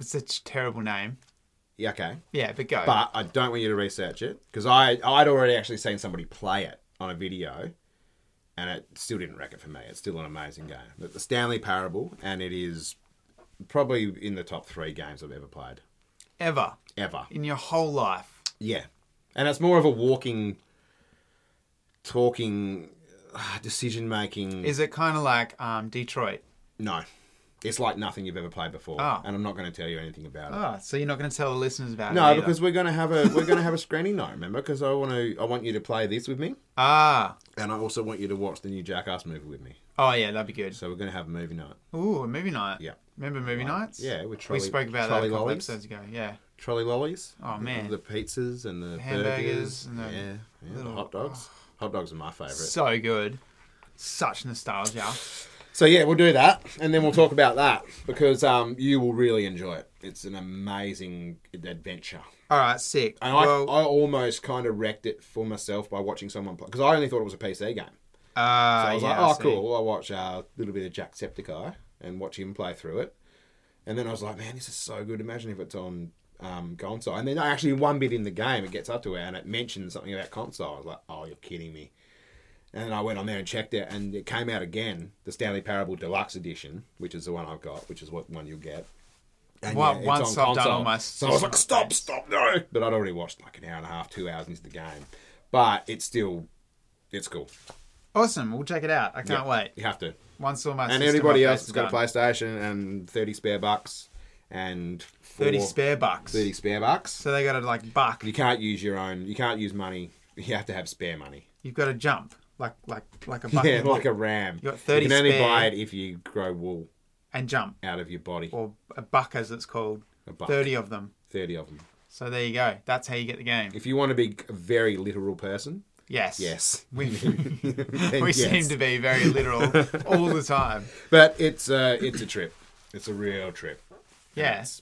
S2: it's such a terrible name.
S1: Yeah, okay.
S2: Yeah, but go.
S1: But I don't want you to research it because I I'd already actually seen somebody play it on a video, and it still didn't wreck it for me. It's still an amazing game. But the Stanley Parable, and it is probably in the top three games I've ever played
S2: Ever
S1: ever.
S2: in your whole life?
S1: Yeah, and it's more of a walking, talking, uh, decision making.
S2: Is it kind of like um, Detroit?
S1: No, It's like nothing you've ever played before,
S2: Ah.
S1: and I'm not going to tell you anything about it.
S2: Ah, so you're not going to tell the listeners about it?
S1: No,
S2: either.
S1: because we're gonna have a we're gonna have a screening night. Remember, because I want to I want you to play this with me,
S2: ah,
S1: and I also want you to watch the new Jackass movie with me.
S2: oh yeah, that'd be good.
S1: So we're gonna have a movie night.
S2: Ooh, a movie night.
S1: Yeah.
S2: Remember movie nights?
S1: Yeah, with
S2: We
S1: trolley,
S2: spoke about that
S1: trolley
S2: a couple
S1: lollies,
S2: episodes ago. Yeah.
S1: trolley lollies.
S2: Oh,
S1: The-
S2: man.
S1: the, pizzas and the
S2: Hamburgers
S1: burgers,
S2: and the
S1: yeah, yeah
S2: little- Oh.
S1: the hot dogs. Hot dogs are my favorite. So,
S2: So good. Such nostalgia.
S1: yeah, we'll do that, and then we'll talk about that because um, you will really enjoy it. It's an amazing adventure.
S2: All right, sick.
S1: And
S2: well,
S1: I, I almost kind of wrecked it for myself by watching someone play because I only thought it was a PC game. So
S2: uh,
S1: I was
S2: yeah, I
S1: like,
S2: see.
S1: oh, cool. Well, I'll watch uh, a little bit of Jacksepticeye and watch him play through it. And then I was like, man, this is so good. Imagine if it's on um, console. And then actually, one bit in the game, it gets up to it and it mentions something about console. I was like, oh, you're kidding me. And then I went on there and checked it, and it came out again, the Stanley Parable Deluxe Edition, which is the one I've got, which is what one you'll get. And
S2: Well,
S1: it's
S2: once
S1: on
S2: I've done
S1: console.
S2: all my
S1: so I was like, stop,
S2: system upgrades."
S1: stop, no! But I'd already watched like an hour and a half, two hours into the game, but it's still, it's cool.
S2: Awesome. We'll check it out. I can't wait.
S1: You have to.
S2: Once all my
S1: And
S2: system
S1: anybody
S2: updates
S1: else that's
S2: are
S1: got a
S2: done.
S1: PlayStation and 30 spare bucks and four,
S2: thirty spare bucks.
S1: 30 spare bucks.
S2: So they got to like buck.
S1: You can't use your own, you can't use money. (laughs) You have to have spare money.
S2: You've got to jump like like like a
S1: (laughs)
S2: buck
S1: yeah, like a ram.
S2: You got 30
S1: You can only
S2: spare.
S1: buy it if you grow wool
S2: and jump
S1: out of your body.
S2: or a buck as it's called.
S1: A buck. 30.
S2: Thirty of them.
S1: of them.
S2: So there you go. That's how you get the game.
S1: If you want to be a very literal person,
S2: Yes.
S1: yes. (laughs)
S2: We,
S1: Then
S2: (laughs) we
S1: yes.
S2: seem to be very literal all the
S1: (laughs)
S2: time.
S1: But it's a, it's a trip. It's a real trip.
S2: Yeah.
S1: Yes.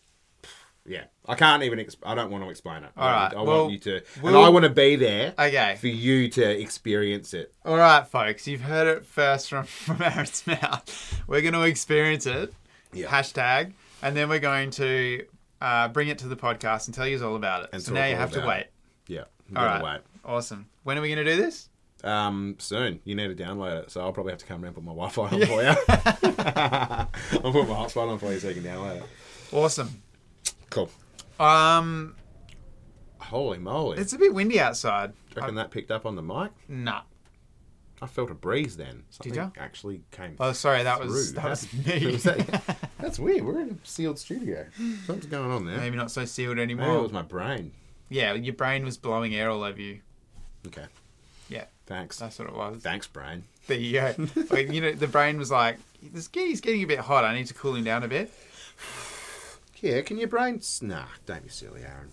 S1: Yeah. I can't even, exp- I don't want to explain it.
S2: All
S1: I,
S2: right,
S1: I
S2: well,
S1: want you to, and
S2: we'll-
S1: I want to be there.
S2: Okay.
S1: for you to experience it.
S2: All right, folks, you've heard it first from, (laughs) from Aaron's mouth. We're going to experience it,
S1: Yeah.
S2: hashtag, and then we're going to uh, bring it to the podcast and tell you all about it.
S1: And
S2: so
S1: talk
S2: now you
S1: all
S2: have to
S1: about
S2: wait.
S1: it. Yeah.
S2: All
S1: gotta
S2: right. Awesome. When are we going to do this?
S1: wait. Um, soon. You need to download it, so I'll probably have to come and put my Wi-Fi on for you.
S2: (laughs)
S1: I'll put my hotspot on for you so you can download it.
S2: Awesome.
S1: Cool.
S2: Um,
S1: Holy moly!
S2: it's a bit windy outside.
S1: Do
S2: Uh,
S1: you reckon that picked up on the mic?
S2: Nah.
S1: I felt a breeze then. Something
S2: ya?
S1: actually came.
S2: Oh, sorry, that was
S1: Through.
S2: that was
S1: It
S2: me.
S1: was that- That's weird. We're in a sealed studio. Something's going on there. Maybe,
S2: (laughs) Maybe not so sealed anymore.
S1: it was my brain.
S2: Yeah, your brain was blowing air all over you.
S1: Okay.
S2: Yeah.
S1: Thanks.
S2: That's what it was.
S1: Thanks, brain.
S2: There you
S1: (laughs)
S2: go. Like, you know, the brain was like, this he's getting a bit hot. I need to cool him down a bit.
S1: Yeah, can your brain? s- Nah, don't be silly,
S2: (laughs)
S1: Aaron.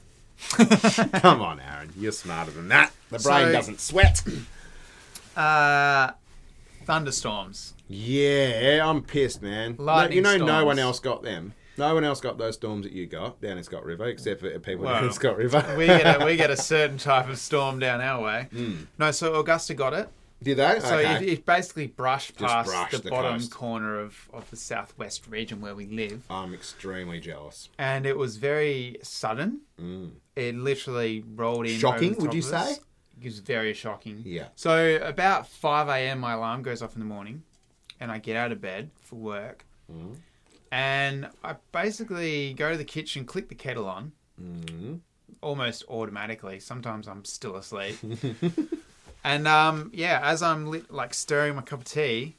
S1: Come on, Aaron. You're smarter than that. The brain
S2: So-
S1: doesn't sweat.
S2: Uh, thunderstorms.
S1: yeah, I'm pissed, man. No-
S2: Lightning
S1: you know, no
S2: storms.
S1: one else got them. No one else got those storms that you got down in Scott River, except for people down
S2: Well,
S1: in Scott River.
S2: We get a, we get a certain type of storm down our way. No, so Augusta got it.
S1: (laughs) Did they?
S2: So
S1: Hmm. okay.
S2: it, it basically brushed past
S1: brushed
S2: the,
S1: the
S2: bottom
S1: coast.
S2: corner of, of the southwest region where we live,
S1: I'm extremely jealous.
S2: and it was very sudden. It literally rolled in.
S1: Hmm. Shocking,
S2: over the
S1: would
S2: top
S1: you
S2: of us.
S1: say?
S2: It was very shocking.
S1: Yeah.
S2: So about five a.m., my alarm goes off in the morning, and I get out of bed for work,
S1: Hmm.
S2: and I basically go to the kitchen, click the kettle on,
S1: Mm.
S2: almost automatically. Sometimes I'm
S1: (laughs)
S2: still asleep. and um, yeah, as I'm lit, like stirring my cup of tea,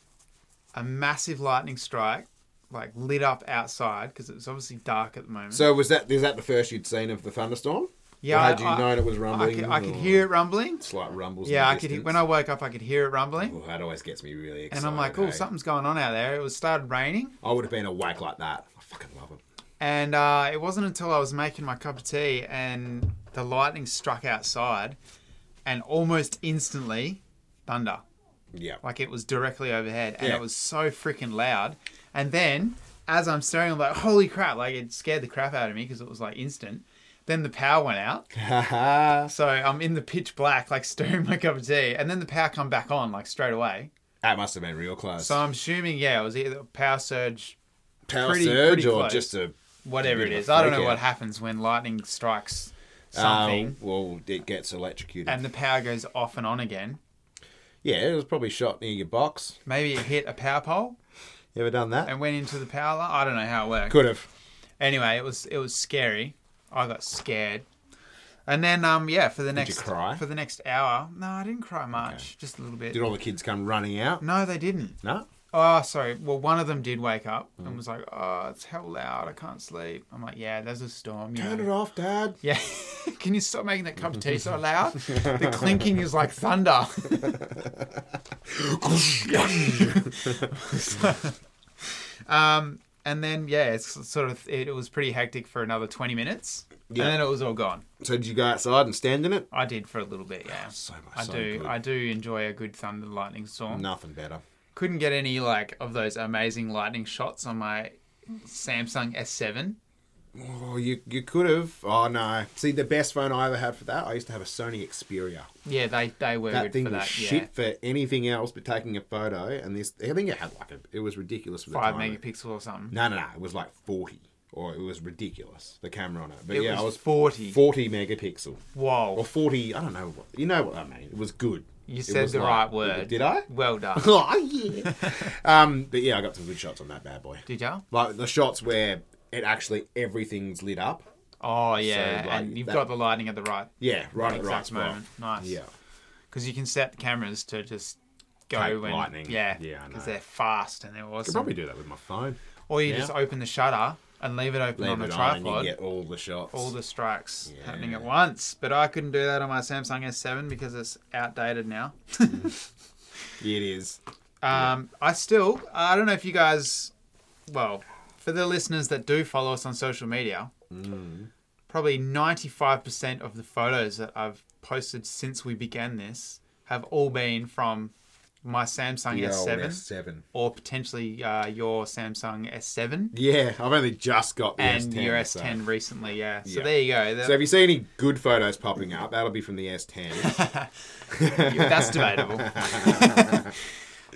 S2: a massive lightning strike like lit up outside because it was obviously dark at the moment.
S1: So was that? Is that the first you'd seen of the thunderstorm?
S2: yeah,
S1: Or
S2: I,
S1: had you
S2: I,
S1: known it was
S2: I
S1: rumbling?
S2: could, I could
S1: or
S2: hear it rumbling.
S1: slight rumbles.
S2: Yeah,
S1: in
S2: I
S1: the
S2: could. he-
S1: distance?
S2: When I woke up, I could hear it rumbling,
S1: Oh, that always gets me really excited.
S2: and I'm like, "Oh,
S1: hey.
S2: something's going on out there." It was started raining,
S1: I would have been awake like that. I fucking love them.
S2: and uh, it wasn't until I was making my cup of tea and the lightning struck outside, and almost instantly, thunder.
S1: Yeah. (laughs)
S2: Like it was directly overhead and
S1: Yeah.
S2: it was so freaking loud. And then as I'm staring, I'm like, holy crap, like it scared the crap out of me because it was like instant. Then the power went out.
S1: at
S2: So I'm in the pitch black, like (laughs) stirring my cup of tea. And then the power come back on, like straight away.
S1: That must have been real close.
S2: So I'm assuming, yeah, it was either a power surge,
S1: Power
S2: pretty-
S1: surge
S2: pretty
S1: or
S2: close.
S1: just um, a
S2: whatever
S1: Bit
S2: it
S1: of a
S2: is. I don't
S1: freak Um,
S2: know what
S1: out.
S2: happens when lightning strikes something
S1: something? well, it gets electrocuted.
S2: and the power goes off and on again.
S1: yeah, it was probably shot near your box.
S2: Maybe it hit a power pole
S1: You ever done that?
S2: and went into the power line. I don't know how it works.
S1: Could have.
S2: anyway, it was it was scary. I got scared. And then um yeah, for the next
S1: cry?
S2: for the next hour. No, I didn't cry much. Just a little bit.
S1: Did all the kids come running out?
S2: no, they didn't.
S1: No.
S2: Oh, sorry. Well, one of them did wake up and was like, "Oh, it's hell loud. I can't sleep." I'm like, "Yeah, there's a storm." You
S1: Turn
S2: know."
S1: it off,
S2: (laughs)
S1: Dad.
S2: Yeah. Can you stop making that cup of tea so
S1: (laughs)
S2: loud? The clinking is like thunder. (laughs) um, and then yeah, it's sort of it, was pretty hectic for another twenty minutes,
S1: Yeah.
S2: and then it was all gone.
S1: So did you go outside and stand in it?
S2: I did for a little bit, yeah.
S1: Ah, So much.
S2: I
S1: so
S2: do,
S1: good.
S2: I do enjoy a good thunder lightning storm.
S1: Nothing better.
S2: Couldn't get any like of those amazing lightning shots on my Samsung S7.
S1: Oh, you you could have. Oh no. See, the best phone I ever had for that, I used to have a Sony Xperia.
S2: Yeah, they they were
S1: That
S2: good
S1: thing
S2: for
S1: was
S2: that.
S1: shit
S2: yeah,
S1: for anything else but taking a photo. And this, I think it had like a. It was ridiculous for the
S2: five
S1: time.
S2: megapixel or something.
S1: No, no, no. It was like forty, or it was ridiculous. The camera on it, but
S2: It
S1: yeah,
S2: was
S1: I was
S2: 40.
S1: forty megapixel or
S2: Whoa,
S1: forty. I don't know what you know what I mean. It was good.
S2: you
S1: It
S2: said
S1: was
S2: the
S1: like-
S2: right word.
S1: Did I? (laughs)
S2: Well (laughs) done.
S1: oh yeah. um, but yeah, I got some good shots on that bad boy.
S2: Did you?
S1: Like the shots where it actually everything's lit up.
S2: Oh yeah,
S1: like,
S2: and you've
S1: that-
S2: got the lighting at the right
S1: Yeah, right at the right
S2: exact
S1: spot.
S2: moment. Nice.
S1: Yeah.
S2: because you can set the cameras to just go
S1: Take
S2: when
S1: lightning.
S2: yeah
S1: Yeah, I know.
S2: because they're fast and they're
S1: Could
S2: awesome.
S1: probably do that with my phone.
S2: or you
S1: Yeah.
S2: just open the shutter and leave it open
S1: Leave
S2: on the
S1: it on and you
S2: tripod.
S1: get all the shots.
S2: all the strikes
S1: Yeah.
S2: happening at once, but I couldn't do that on my Samsung S7 because it's outdated now.
S1: It is.
S2: Um, I still, I don't know if you guys, well, for the listeners that do follow us on social media,
S1: Mm.
S2: probably 95% of the photos that I've posted since we began this have all been from my Samsung
S1: The old
S2: S7
S1: S7.
S2: or potentially uh, your Samsung S7
S1: Yeah, I've only just got the
S2: and
S1: S10.
S2: your
S1: so-
S2: S10 recently. Yeah. So
S1: Yeah.
S2: there you go.
S1: So if you see any good photos popping up, that'll be from the S10.
S2: That's debatable. (laughs)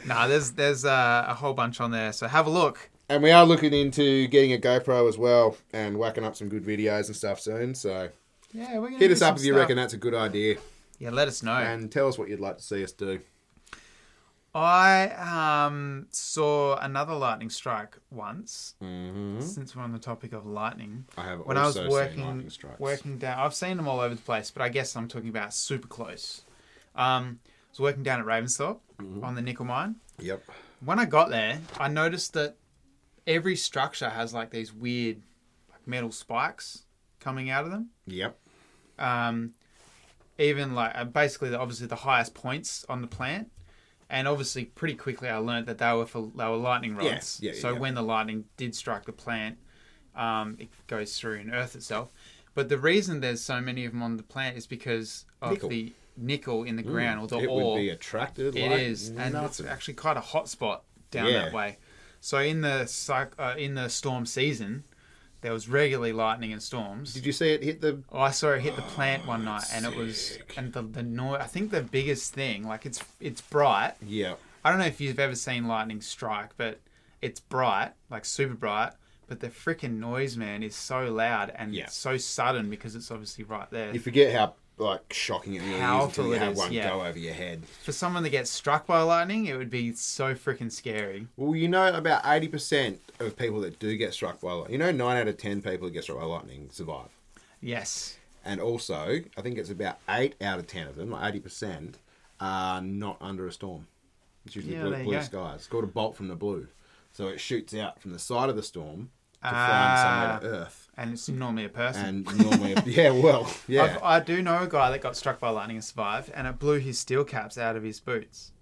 S2: no, there's there's uh, a whole bunch on there. So have a look.
S1: (laughs) and we are looking into getting a GoPro as well and whacking up some good videos and stuff soon. So
S2: Yeah, we're gonna
S1: hit
S2: do
S1: us up
S2: some
S1: if you
S2: stuff.
S1: reckon that's a good idea
S2: Yeah, let us know.
S1: and tell us what you'd like to see us do.
S2: I um, saw another lightning strike once. Since we're on the topic of lightning,
S1: Mm-hmm. I have
S2: when I was
S1: Hmm? also seen
S2: working
S1: lightning strikes.
S2: working down, I've seen them all over the place, but I guess I'm talking about super close. Um, I was working down at Ravensthorpe
S1: Mm-hmm.
S2: on the nickel mine.
S1: Yep.
S2: When I got there, I noticed that every structure has like these weird like metal spikes coming out of them
S1: Yep.
S2: um, even like uh, basically the, obviously the highest points on the plant. And obviously, pretty quickly, I learned that they were for they were lightning rods.
S1: Yes, yeah, yeah,
S2: so
S1: yeah.
S2: when the lightning did strike the plant, um, it goes through and earth itself. But the reason there's so many of them on the plant is because of
S1: Nickel. Mm,
S2: the nickel in the ground or the
S1: it
S2: ore.
S1: would be attracted.
S2: It
S1: like
S2: is, and it's
S1: nothing.
S2: actually quite a hot spot down
S1: Yeah.
S2: that way. So in the cyc- uh, in the storm season, there was regularly lightning and storms.
S1: Did Oh, you see it hit the?
S2: Oh, I saw it hit the plant one night, and it was and the the noise. I think the biggest thing, like it's it's bright.
S1: Yeah.
S2: I don't know if you've ever seen lightning strike, but it's bright, like super bright. But the freaking noise, man, is so loud and
S1: Yeah.
S2: so sudden because it's obviously right there.
S1: You forget how like shocking it really is
S2: Powerful
S1: until you
S2: it
S1: have
S2: is,
S1: one
S2: yeah.
S1: go over your head.
S2: For someone that gets struck by lightning, it would be so freaking scary.
S1: Well, you know, about eighty percent of people that do get struck by lightning, you know, nine out of ten people that get struck by lightning survive.
S2: Yes.
S1: And also, I think it's about eight out of ten of them, like eighty percent, are not under a storm. It's usually
S2: Yeah, there
S1: blue,
S2: you
S1: blue
S2: go.
S1: skies. It's called a bolt from the blue, so it shoots out from the side of the storm to
S2: Ah.
S1: find somewhere to Earth.
S2: And it's normally a person. (laughs)
S1: And normally, yeah, well, yeah.
S2: I've, I do know a guy that got struck by lightning and survived, and it blew his steel caps out of his boots.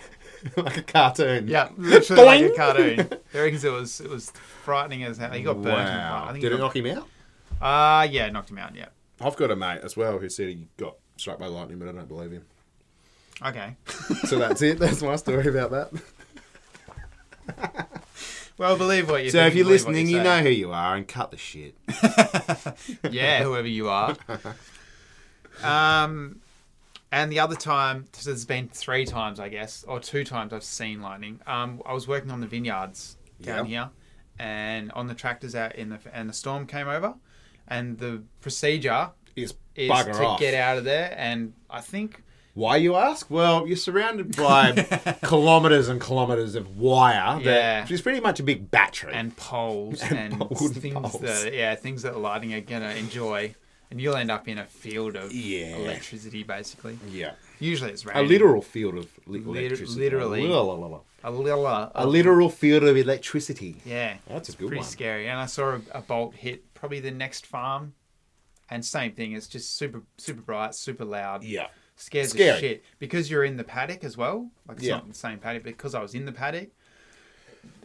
S1: (laughs) like a cartoon. (laughs)
S2: Yeah, literally like a
S1: Boing. (laughs)
S2: cartoon. He reckons it was it was frightening as hell. He got burned. in the front. I
S1: Wow. Did
S2: think he
S1: it
S2: got,
S1: knock him out?
S2: Ah, yeah, knocked him out. Yeah.
S1: I've got a mate as well who said he got struck by lightning, but I don't believe him.
S2: Okay.
S1: So that's it. That's my story about
S2: (laughs)
S1: that.
S2: Well, believe what you.
S1: So
S2: think
S1: if you're
S2: and believe what
S1: listening, you
S2: say.
S1: know who you are and cut the shit.
S2: yeah, whoever you are. Um, and the other time, so there's been three times, I guess, or two times I've seen lightning. Um, I was working on the vineyards
S1: Yep.
S2: down here, and on the tractors out in the and the storm came over, and the procedure
S1: Is
S2: is
S1: bugger
S2: to
S1: off.
S2: get out of there, and I think
S1: Why you ask? Well, you're surrounded by
S2: (laughs)
S1: kilometers and kilometers of wire.
S2: Yeah.
S1: That is pretty much a big battery. (laughs)
S2: and poles and,
S1: wooden
S2: things
S1: poles.
S2: that yeah things that lighting are gonna enjoy, and you'll end up in a field of
S1: Yeah.
S2: electricity basically.
S1: yeah.
S2: Usually it's
S1: A
S2: random.
S1: literal field of li-
S2: Liter-
S1: electricity.
S2: literally.
S1: La, la, la, la.
S2: A little. uh,
S1: A literal field of electricity.
S2: Yeah.
S1: That's a
S2: it's
S1: good
S2: pretty
S1: one.
S2: scary. And I saw a, a bolt hit probably the next farm. And same thing. It's just super, super bright, super loud.
S1: Yeah.
S2: Scares the
S1: Scary.
S2: shit. Because you're in the paddock as well. Like it's
S1: Yeah.
S2: not the same paddock. Because I was in the paddock.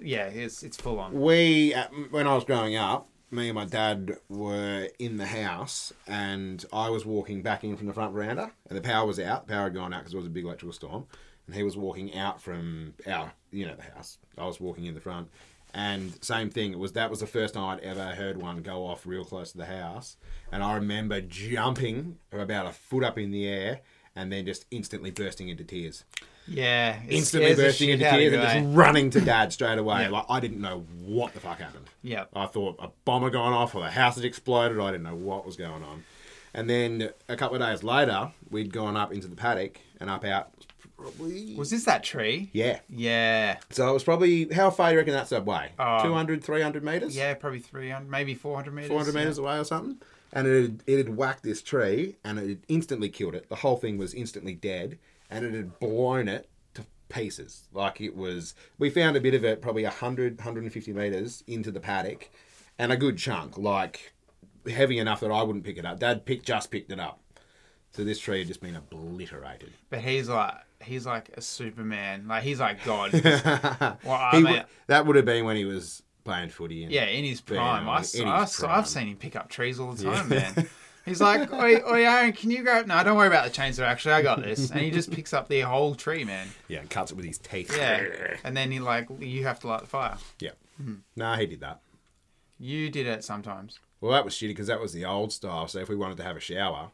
S2: Yeah, it's, it's full on.
S1: We, uh, when I was growing up, me and my dad were in the house, and I was walking back in from the front veranda, and the power was out. The power had gone out because it was a big electrical storm, and he was walking out from our, you know, the house. I was walking in the front, and same thing. It was that was the first time I'd ever heard one go off real close to the house, and I remember jumping about a foot up in the air. And then just instantly bursting into tears.
S2: Yeah. it
S1: Instantly
S2: scares the
S1: bursting
S2: shit
S1: into
S2: out of
S1: tears
S2: you,
S1: and
S2: eh?
S1: just running to dad straight away.
S2: Yeah.
S1: Like, I didn't know what the fuck happened.
S2: Yeah.
S1: I thought a bomb had gone off or the house had exploded. I didn't know what was going on. And then a couple of days later, we'd gone up into the paddock and up out. Probably.
S2: Was this that tree?
S1: yeah.
S2: Yeah.
S1: So it was probably. How far do you reckon that's away?
S2: Um,
S1: 200, 300 metres?
S2: Yeah, probably 300, maybe 400 meters.
S1: 400
S2: yeah.
S1: metres away or something? And it had, it had whacked this tree and it had instantly killed it. The whole thing was instantly dead and it had blown it to pieces. Like it was. We found a bit of it probably 100, 150 metres into the paddock and a good chunk. Like heavy enough that I wouldn't pick it up. Dad picked just picked it up. So this tree had just been obliterated.
S2: But he's like, he's like a Superman. Like, he's
S1: (laughs)
S2: like God. (laughs) well, I
S1: He
S2: mean,
S1: w- that would have been when he was playing footy. And
S2: yeah, in his
S1: Yeah,
S2: prime. I,
S1: in his
S2: have
S1: prime.
S2: seen him pick up trees all the time, man.
S1: (laughs)
S2: He's like, oi, oi, Aaron, can you go? No, don't worry about the chainsaw, actually. I got this. And he just picks up the whole tree, man.
S1: yeah, and cuts it with his teeth.
S2: Yeah. Mm-hmm. And then he, like, you have to light the fire.
S1: (laughs) yeah. Nah, he did that.
S2: You did it sometimes.
S1: Well, that was shitty because that was the old style. So if we wanted to have a shower,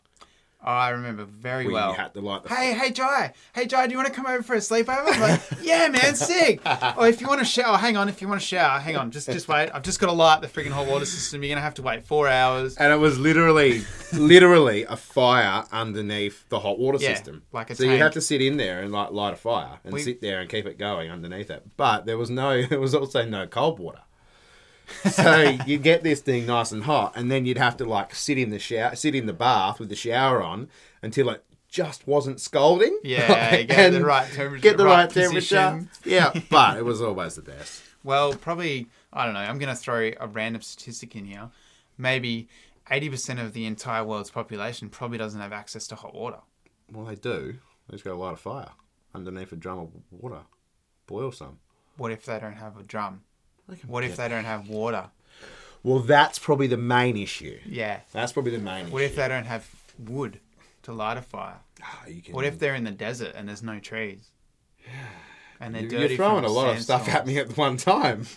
S2: I remember very
S1: we
S2: well.
S1: had to light the.
S2: Hey, hey, Jai. Hey, Jai, do you want to come over for a sleepover? I'm like, yeah,
S1: (laughs)
S2: man, sick. Or if you want to shower, hang on. If you want to shower, hang on. Just just wait. I've just got to light the freaking hot water system. You're going to have to wait four hours.
S1: And it was
S2: (laughs)
S1: literally, literally a fire underneath the hot water
S2: Yeah,
S1: system.
S2: like a
S1: so you had
S2: tank.
S1: to sit in there and like light a fire and
S2: We-
S1: sit there and keep it going underneath it. But there was no, (laughs) there was also no cold water.
S2: (laughs)
S1: so you get this thing nice and hot, and then you'd have to like sit in the shower, sit in the bath with the shower on until it just wasn't scalding.
S2: Yeah,
S1: (laughs) Like,
S2: get the
S1: and
S2: right temperature.
S1: get the right, temperature.
S2: position.
S1: Yeah, but it
S2: (laughs)
S1: was always the best.
S2: Well, probably, I don't know. I'm going to throw a random statistic in here. Maybe 80% of the entire world's population probably doesn't have access to hot water.
S1: Well, they do. They just go light a fire underneath a drum of water, boil some.
S2: What if they don't have a drum?
S1: They can
S2: What if
S1: get-
S2: they don't have water?
S1: Well, that's probably the main issue.
S2: Yeah.
S1: That's probably the main
S2: What if
S1: issue.
S2: they don't have wood to light a fire?
S1: Ah, you can-
S2: What if they're in the desert and there's
S1: (sighs)
S2: no trees? And they're
S1: You're,
S2: dirty.
S1: you're throwing
S2: from
S1: a lot of stuff at
S2: sandstorms.
S1: me at one time.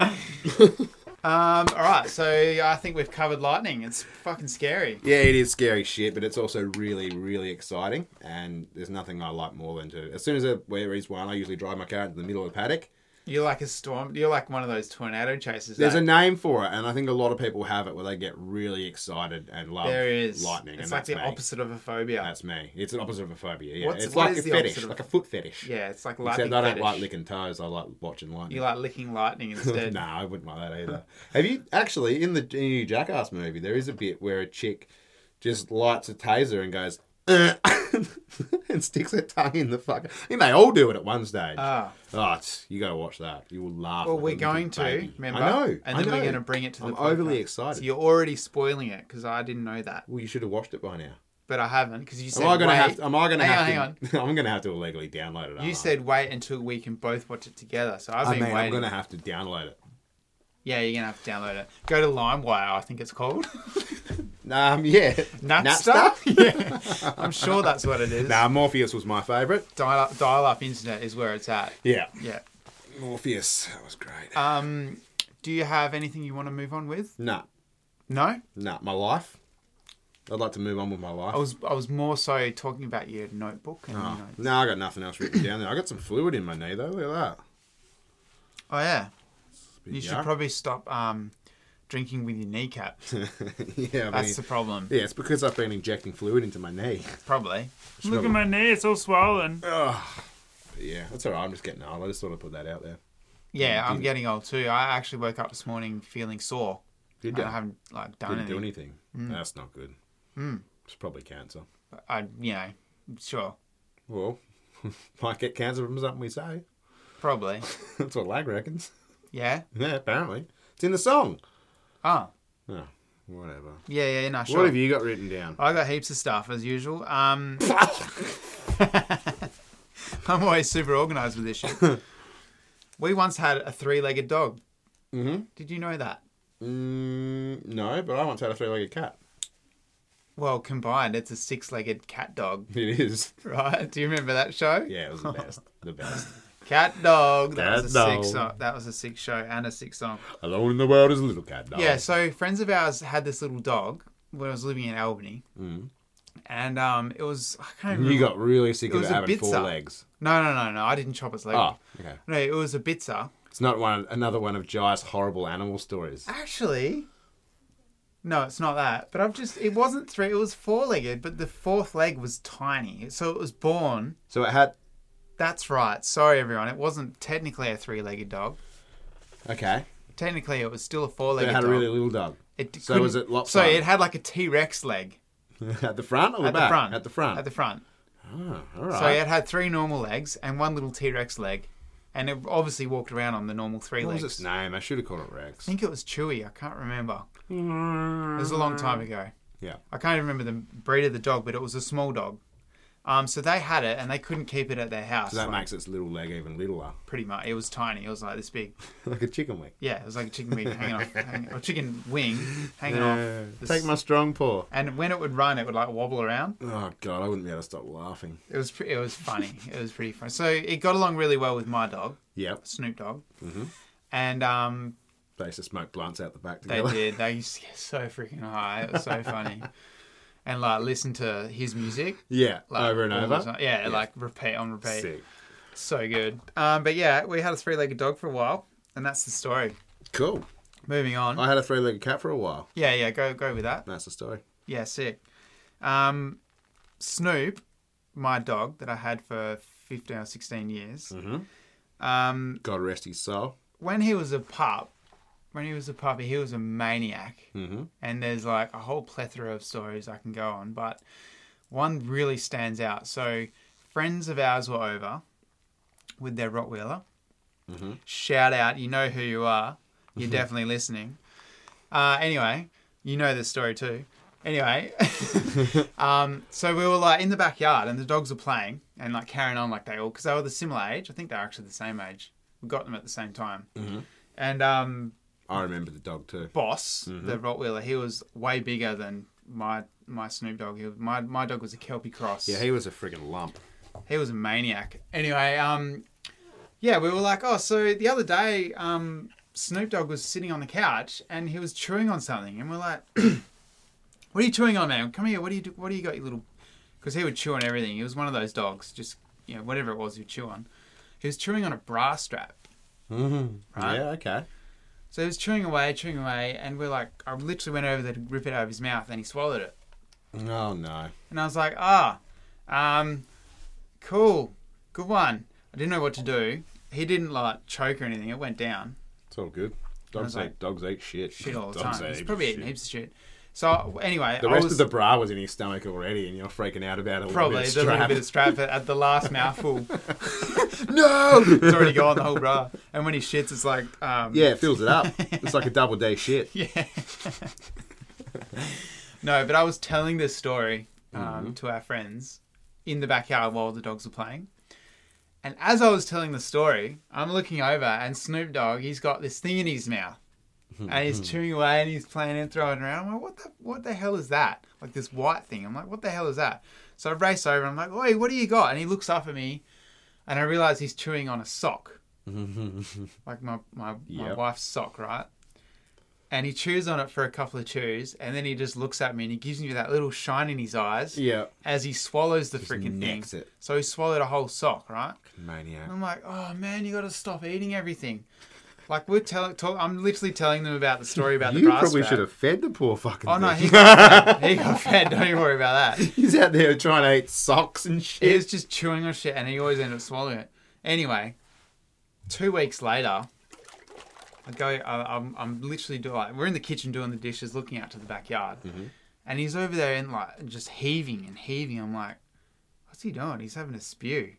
S1: (laughs)
S2: Um, all right, so I think we've covered lightning. It's fucking scary.
S1: Yeah, it is scary shit, but it's also really, really exciting. And there's nothing I like more than to. As soon as there is one, I usually drive my car into the middle of the paddock.
S2: You're like a storm. You're like one of those tornado chasers.
S1: There's
S2: eh?
S1: a name for it, and I think a lot of people have it where they get really excited and love
S2: there is
S1: lightning.
S2: It's
S1: and
S2: like
S1: that's
S2: the
S1: me.
S2: opposite of a phobia.
S1: That's me. It's an opposite of a phobia. Yeah,
S2: What's-
S1: it's
S2: what
S1: like a
S2: is the
S1: fetish,
S2: opposite of-
S1: like a foot fetish.
S2: yeah, it's like lightning.
S1: Except I don't
S2: fetish.
S1: like licking toes. I like watching
S2: You
S1: lightning. (laughs)
S2: like licking lightning instead.
S1: no, I wouldn't like that either. Have you actually in the new Jackass movie? There is a bit where a chick just lights a taser and goes. (laughs) "Uh," and sticks her tongue in the fucker. I think they all do it at one stage.
S2: Ah,
S1: oh, it's, you gotta watch that. You will laugh.
S2: well,
S1: like a
S2: we're
S1: little
S2: going to
S1: baby.
S2: remember.
S1: I know.
S2: and
S1: I
S2: then
S1: know.
S2: we're going to bring it to the.
S1: I'm overly
S2: podcast.
S1: excited.
S2: So you're already spoiling it because I didn't know that,
S1: Well, you should have watched it by now.
S2: but I haven't because you said.
S1: Am I gonna
S2: wait.
S1: have? To, am I gonna
S2: Hang
S1: have
S2: on,
S1: to? (laughs) I'm gonna have to illegally download it. aren't I?
S2: You said wait until we can both watch it together. So I've
S1: I
S2: been
S1: mean, I'm
S2: waiting.
S1: gonna have to download it.
S2: Yeah, you're gonna have to download it. Go to LimeWire, I think it's called. (laughs)
S1: Um, yeah.
S2: Napster. (laughs) yeah, I'm sure that's what it
S1: (laughs)
S2: is.
S1: Nah, Morpheus was my favourite.
S2: Dial up, dial up internet is where it's at.
S1: Yeah.
S2: Yeah.
S1: Morpheus. That was great.
S2: Um, do you have anything you want to move on with?
S1: nah,
S2: No,
S1: nah, my life. I'd like to move on with my life.
S2: I was I was more so talking about your notebook and your
S1: Oh,
S2: notes.
S1: no, I got nothing else written down there. I got some fluid in my knee though. Look at that.
S2: Oh yeah,
S1: It's a bit
S2: you should
S1: yuck.
S2: probably stop um, drinking with
S1: (laughs)
S2: your kneecap.
S1: yeah, I mean,
S2: That's the problem.
S1: yeah, it's because I've been injecting fluid into my knee. (laughs)
S2: Probably.
S3: Look at my knee, it's all swollen.
S1: Ugh. But yeah, that's all right. I'm just getting old. I just thought I'd put that out there.
S2: Yeah, I'm
S1: Did-
S2: getting old too. I actually woke up this morning feeling sore.
S1: Did
S2: and
S1: you?
S2: I haven't like done
S1: Didn't
S2: anything.
S1: do anything. That's not good. It's probably cancer.
S2: I, you know, sure.
S1: Well, (laughs) might get cancer from something we say. (laughs)
S2: Probably.
S1: That's what Lag reckons. (laughs)
S2: Yeah.
S1: Yeah, apparently. It's in the song.
S2: Oh.
S1: Oh, whatever.
S2: Yeah, yeah, no, sure.
S1: What have you got written down?
S2: I got heaps of stuff as usual.
S1: (laughs)
S2: Um, (laughs) I'm always super organised with
S1: (laughs)
S2: this shit. we once had a three-legged dog.
S1: Mm-hmm.
S2: Did you know that?
S1: Mm, no, but I once had a three-legged
S2: (laughs)
S1: cat.
S2: Well, combined, it's a six-legged cat dog, (laughs)
S1: It is.
S2: right? Do you remember that show?
S1: Yeah, it
S2: (laughs)
S1: was the best. the best.
S2: Cat dog. That
S1: Cat
S2: was a
S1: dog.
S2: six. Song. That was a six show and a six song.
S1: Alone in the world is a little cat dog.
S2: Yeah, so friends of ours had this little dog when I was living in Albany,
S1: Mm.
S2: and um, it was I can't remember.
S1: You got really sick
S2: It
S1: of
S2: was
S1: it
S2: a
S1: having four
S2: bitzer.
S1: legs.
S2: no, no, no, no. I didn't chop its leg.
S1: Oh, okay.
S2: No, it was a bitzer.
S1: It's not one another one of Jai's horrible animal stories.
S2: Actually, no, it's not that. But I've just it wasn't three. It was four-legged, but the fourth leg was tiny, so it was born.
S1: So it had
S2: That's right. Sorry, everyone. It wasn't technically a three-legged dog.
S1: okay.
S2: Technically, it was still a
S1: So it
S2: four-legged
S1: had a
S2: dog.
S1: really little dog. (laughs)
S2: It
S1: So was
S2: couldn't-
S1: it lopsided?
S2: So it had like a T Rex leg
S1: at the front or the
S2: at
S1: back?
S2: the front.
S1: At the front.
S2: At the front.
S1: Oh, all right.
S2: So it had three normal legs and one little T Rex leg, and it obviously walked around on the normal three
S1: what
S2: legs.
S1: was its name? I should have called it Rex.
S2: I think it was Chewy. I can't remember. It was a long time ago.
S1: Yeah.
S2: I can't remember the breed of the dog, but it was a small dog. Um, so they had it, and they couldn't keep it at their house.
S1: So that
S2: like,
S1: makes its little leg even littler, (laughs)
S2: pretty much. It was tiny. It was like this big.
S1: like a chicken wing.
S2: Yeah, it was like a chicken wing hanging off, hanging, or chicken wing hanging
S1: Yeah.
S2: off. Uh, this-
S1: Take my strong paw.
S2: And when it would run, it would like wobble around.
S1: Oh god, I wouldn't be able to stop laughing.
S2: It was pre- it was funny. it was pretty fun. So it got along really well with my dog,
S1: Yep.
S2: Snoop Dogg,
S1: Mm-hmm.
S2: and um,
S1: They used to smoke blunts out the back
S2: they
S1: together.
S2: did. They used to get so freaking high. It was so funny, and like listen to his music
S1: (laughs) Yeah.
S2: like,
S1: over and
S2: all the
S1: over.
S2: time. Yeah,
S1: Yeah.
S2: like repeat on repeat.
S1: Sick.
S2: So good. Um, but yeah, we had a three-legged dog for a while, and that's the story.
S1: Cool.
S2: Moving on.
S1: I had a three-legged cat for a while.
S2: yeah, yeah. Go go with that.
S1: That's the story.
S2: Yeah, sick. Um, Snoop, my dog that I had for fifteen or sixteen years.
S1: Mhm.
S2: Um,
S1: God rest his soul.
S2: when he was a pup, when he was a puppy, he was a maniac.
S1: Mm-hmm.
S2: And there's like a whole plethora of stories I can go on, but one really stands out. So, friends of ours were over with their Rottweiler.
S1: Mhm.
S2: Shout out, you know who you are. You're definitely listening. Uh, anyway, you know this story too. Anyway, um, so we were like in the backyard and the dogs were playing and like carrying on like they all, because they were the similar age. I think they're actually the same age. We got them at the same time.
S1: Mhm.
S2: And um,
S1: I remember the dog too.
S2: boss,
S1: Mm-hmm.
S2: the Rottweiler, he was way bigger than my my Snoop Dogg. He was, my my dog was a Kelpie cross.
S1: Yeah, he was a friggin' lump.
S2: He was a maniac. Anyway, um, yeah, we were like, oh, so the other day, um, Snoop Dogg was sitting on the couch and he was chewing on something, and we're like, (clears throat) what are you chewing on, man? Come here. What do you do? What do you got? You little, because he would chew on everything. He was one of those dogs, just you know, whatever it was, he'd chew on. He was chewing on a bra strap.
S1: Mm-hmm.
S2: Right.
S1: Yeah, okay.
S2: So he was chewing away, chewing away, and we're like, I literally went over there to rip it out of his mouth, and he swallowed it.
S1: Oh no.
S2: And I was like, ah, um, cool, good one. I didn't know what to do. He didn't like choke or anything. It went down.
S1: It's all good.
S2: was
S1: Dogs eat
S2: like,
S1: dogs eat shit.
S2: Shit all the
S1: dogs
S2: time. He's
S1: eat
S2: probably eating
S1: shit.
S2: heaps of shit. So anyway,
S1: The
S2: I
S1: rest
S2: was
S1: of the bra was in his stomach already, and you're freaking out about it.
S2: probably
S1: bit of
S2: did a little
S1: strap.
S2: bit of strap at, at the last mouthful.
S1: (laughs) no.
S2: It's already gone the whole bra. And when he shits, it's like,
S1: (laughs)
S2: um,
S1: Yeah, it fills it up. It's like a double day
S2: (laughs)
S1: shit.
S2: Yeah. no, but I was telling this story um, to our friends in the backyard while the dogs were playing. And as I was telling the story, I'm looking over and Snoop Dogg, he's got this thing in his mouth. And he's chewing away and he's playing and throwing it around. I'm like, what the what the hell is that? Like this white thing. I'm like, what the hell is that? So I race over and I'm like, Oi, what do you got? And he looks up at me and I realise he's chewing on a sock. like my, my, my
S1: Yep.
S2: wife's sock, right? and he chews on it for a couple of chews, and then he just looks at me and he gives me that little shine in his eyes
S1: yeah.
S2: as he swallows the freaking thing.
S1: necks it.
S2: So he swallowed a whole sock, right?
S1: Maniac.
S2: And I'm like, oh man, you got to stop eating everything. Like we're telling, talk, I'm literally telling them about the story about the
S1: You
S2: brass
S1: probably
S2: strap.
S1: should have fed the poor fucking.
S2: Oh no,
S1: thing.
S2: he got fed. He got fed. Don't you worry about
S1: (laughs)
S2: that.
S1: he's out there trying to eat socks and
S2: He
S1: shit.
S2: was just chewing on shit, and he always ended up swallowing it. Anyway, two weeks later, I go. I, I'm, I'm literally doing. Like, we're in the kitchen doing the dishes, looking
S1: Mm-hmm.
S2: out to the backyard, and he's over there and like just heaving and heaving. I'm like, I what's he doing? He's having a spew.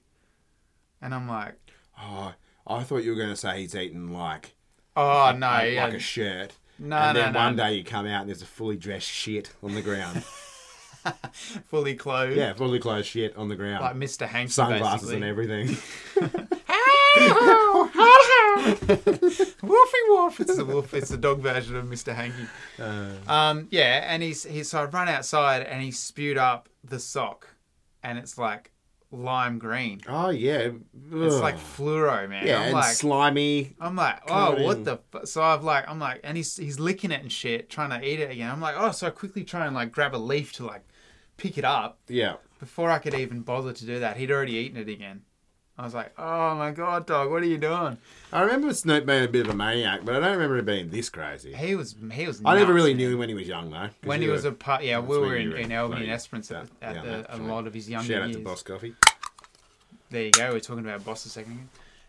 S2: And I'm like,
S1: Oh, I thought you were going to say he's eating like
S2: oh, no.
S1: like,
S2: yeah.
S1: like a shirt.
S2: no,
S1: and
S2: no,
S1: then
S2: no.
S1: one day you come out and there's a fully dressed shit on the
S2: (laughs)
S1: ground.
S2: fully clothed.
S1: yeah, fully clothed shit on the ground.
S2: Like Mr. Hanks.
S1: Sunglasses
S2: basically.
S1: and everything. (laughs)
S2: Wolfie Wolf. It's the wolf. It's the dog version of Mr. Hanky.
S1: Uh.
S2: Um, yeah, and he's he's so I run outside and he spewed up the sock, and it's like lime green.
S1: oh yeah,
S2: It's
S1: Ugh.
S2: like fluoro, man.
S1: yeah,
S2: I'm
S1: and
S2: like,
S1: slimy.
S2: I'm like,
S1: covered
S2: oh, what
S1: in-
S2: the? Fu-? So I've like, I'm like, and he's he's licking it and shit, trying to eat it again. I'm like, oh, so I quickly try and like grab a leaf to like pick it up
S1: Yeah,
S2: before I could even bother to do that. He'd already eaten it again. I was like, oh my god, dog, what are you doing?
S1: I remember Snoop being a bit of a maniac, but I don't remember him being this crazy.
S2: He was he was.
S1: I never
S2: nuts,
S1: really
S2: man.
S1: knew him when he was young though. 'cause
S2: when he
S1: you
S2: was
S1: were-
S2: a part, yeah,
S1: that's
S2: we
S1: when
S2: were
S1: you
S2: in,
S1: were
S2: in Albion
S1: playing.
S2: Esperance at,
S1: That-
S2: at
S1: yeah,
S2: the, a
S1: actually.
S2: lot of his younger
S1: Shout out
S2: years.
S1: to Boss Coffee.
S2: There you go. We're talking about Boss a second ago.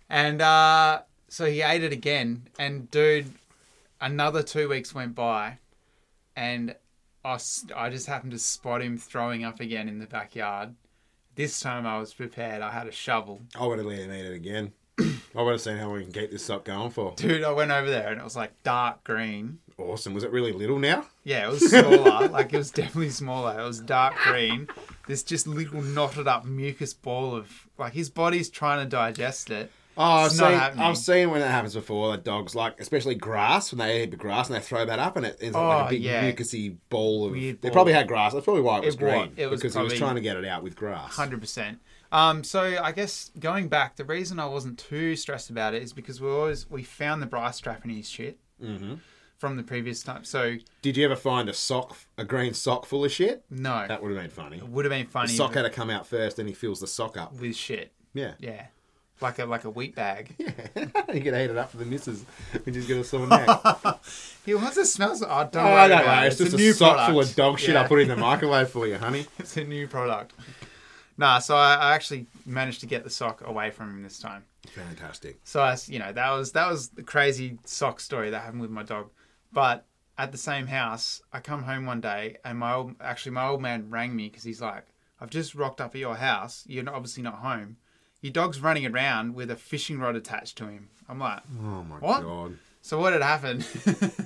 S2: And uh, so he ate it again, and dude, another two weeks went by, and I, s- I just happened to spot him throwing up again in the backyard. This time I was prepared. I had a shovel. (laughs)
S1: I would have let him eat it again. (clears throat) I would have seen how we can keep this up going for.
S2: Dude, I went over there and it was like dark green.
S1: Awesome. Was it really little now?
S2: Yeah, it was smaller. (laughs) like it was definitely smaller. It was dark green. This just little knotted up mucus ball of like his body's trying to digest it.
S1: Oh, I've
S2: It's not
S1: seen,
S2: happening.
S1: I've seen when that happens before. That dogs like, especially grass, when they eat the grass and they throw that up, and it ends up like a
S2: Oh,
S1: big
S2: yeah.
S1: mucusy ball of.
S2: Weird
S1: they
S2: ball.
S1: probably had grass. That's probably why it was
S2: It wa-
S1: green.
S2: it was
S1: because he was
S2: probably-
S1: trying to get it out with grass.
S2: Hundred percent. Um, so I guess going back, the reason I wasn't too stressed about it is because we always we found the brass strap in his shit
S1: Mm-hmm.
S2: from the previous time. So
S1: Did you ever find a sock, a green sock full of shit?
S2: no,
S1: That would have been funny.
S2: would have been
S1: The
S2: funny
S1: sock had to come out first, and he fills the sock up.
S2: with shit.
S1: Yeah.
S2: Yeah, like a like a wheat bag.
S1: (laughs) you could eat it up for the missus, which is going to sore (laughs) neck.
S2: He wants to smell. so- Oh, don't
S1: Oh,
S2: worry
S1: I don't
S2: about
S1: know.
S2: it.
S1: It's, just a,
S2: new
S1: sock
S2: product.
S1: full of dog shit.
S2: Yeah.
S1: I put it in the microwave for you, honey.
S2: It's a new product. Nah, so I, I actually managed to get the sock away from him this time.
S1: (laughs) Fantastic.
S2: So I, s- you know, that was that was the crazy sock story that happened with my dog. But at the same house, I come home one day and my old, actually my old man rang me because he's like, "I've just rocked up at your house. You're not- obviously not home. Your dog's running around with a fishing rod attached to him." I'm like,
S1: Oh my
S2: What?
S1: god!
S2: "So what had happened?"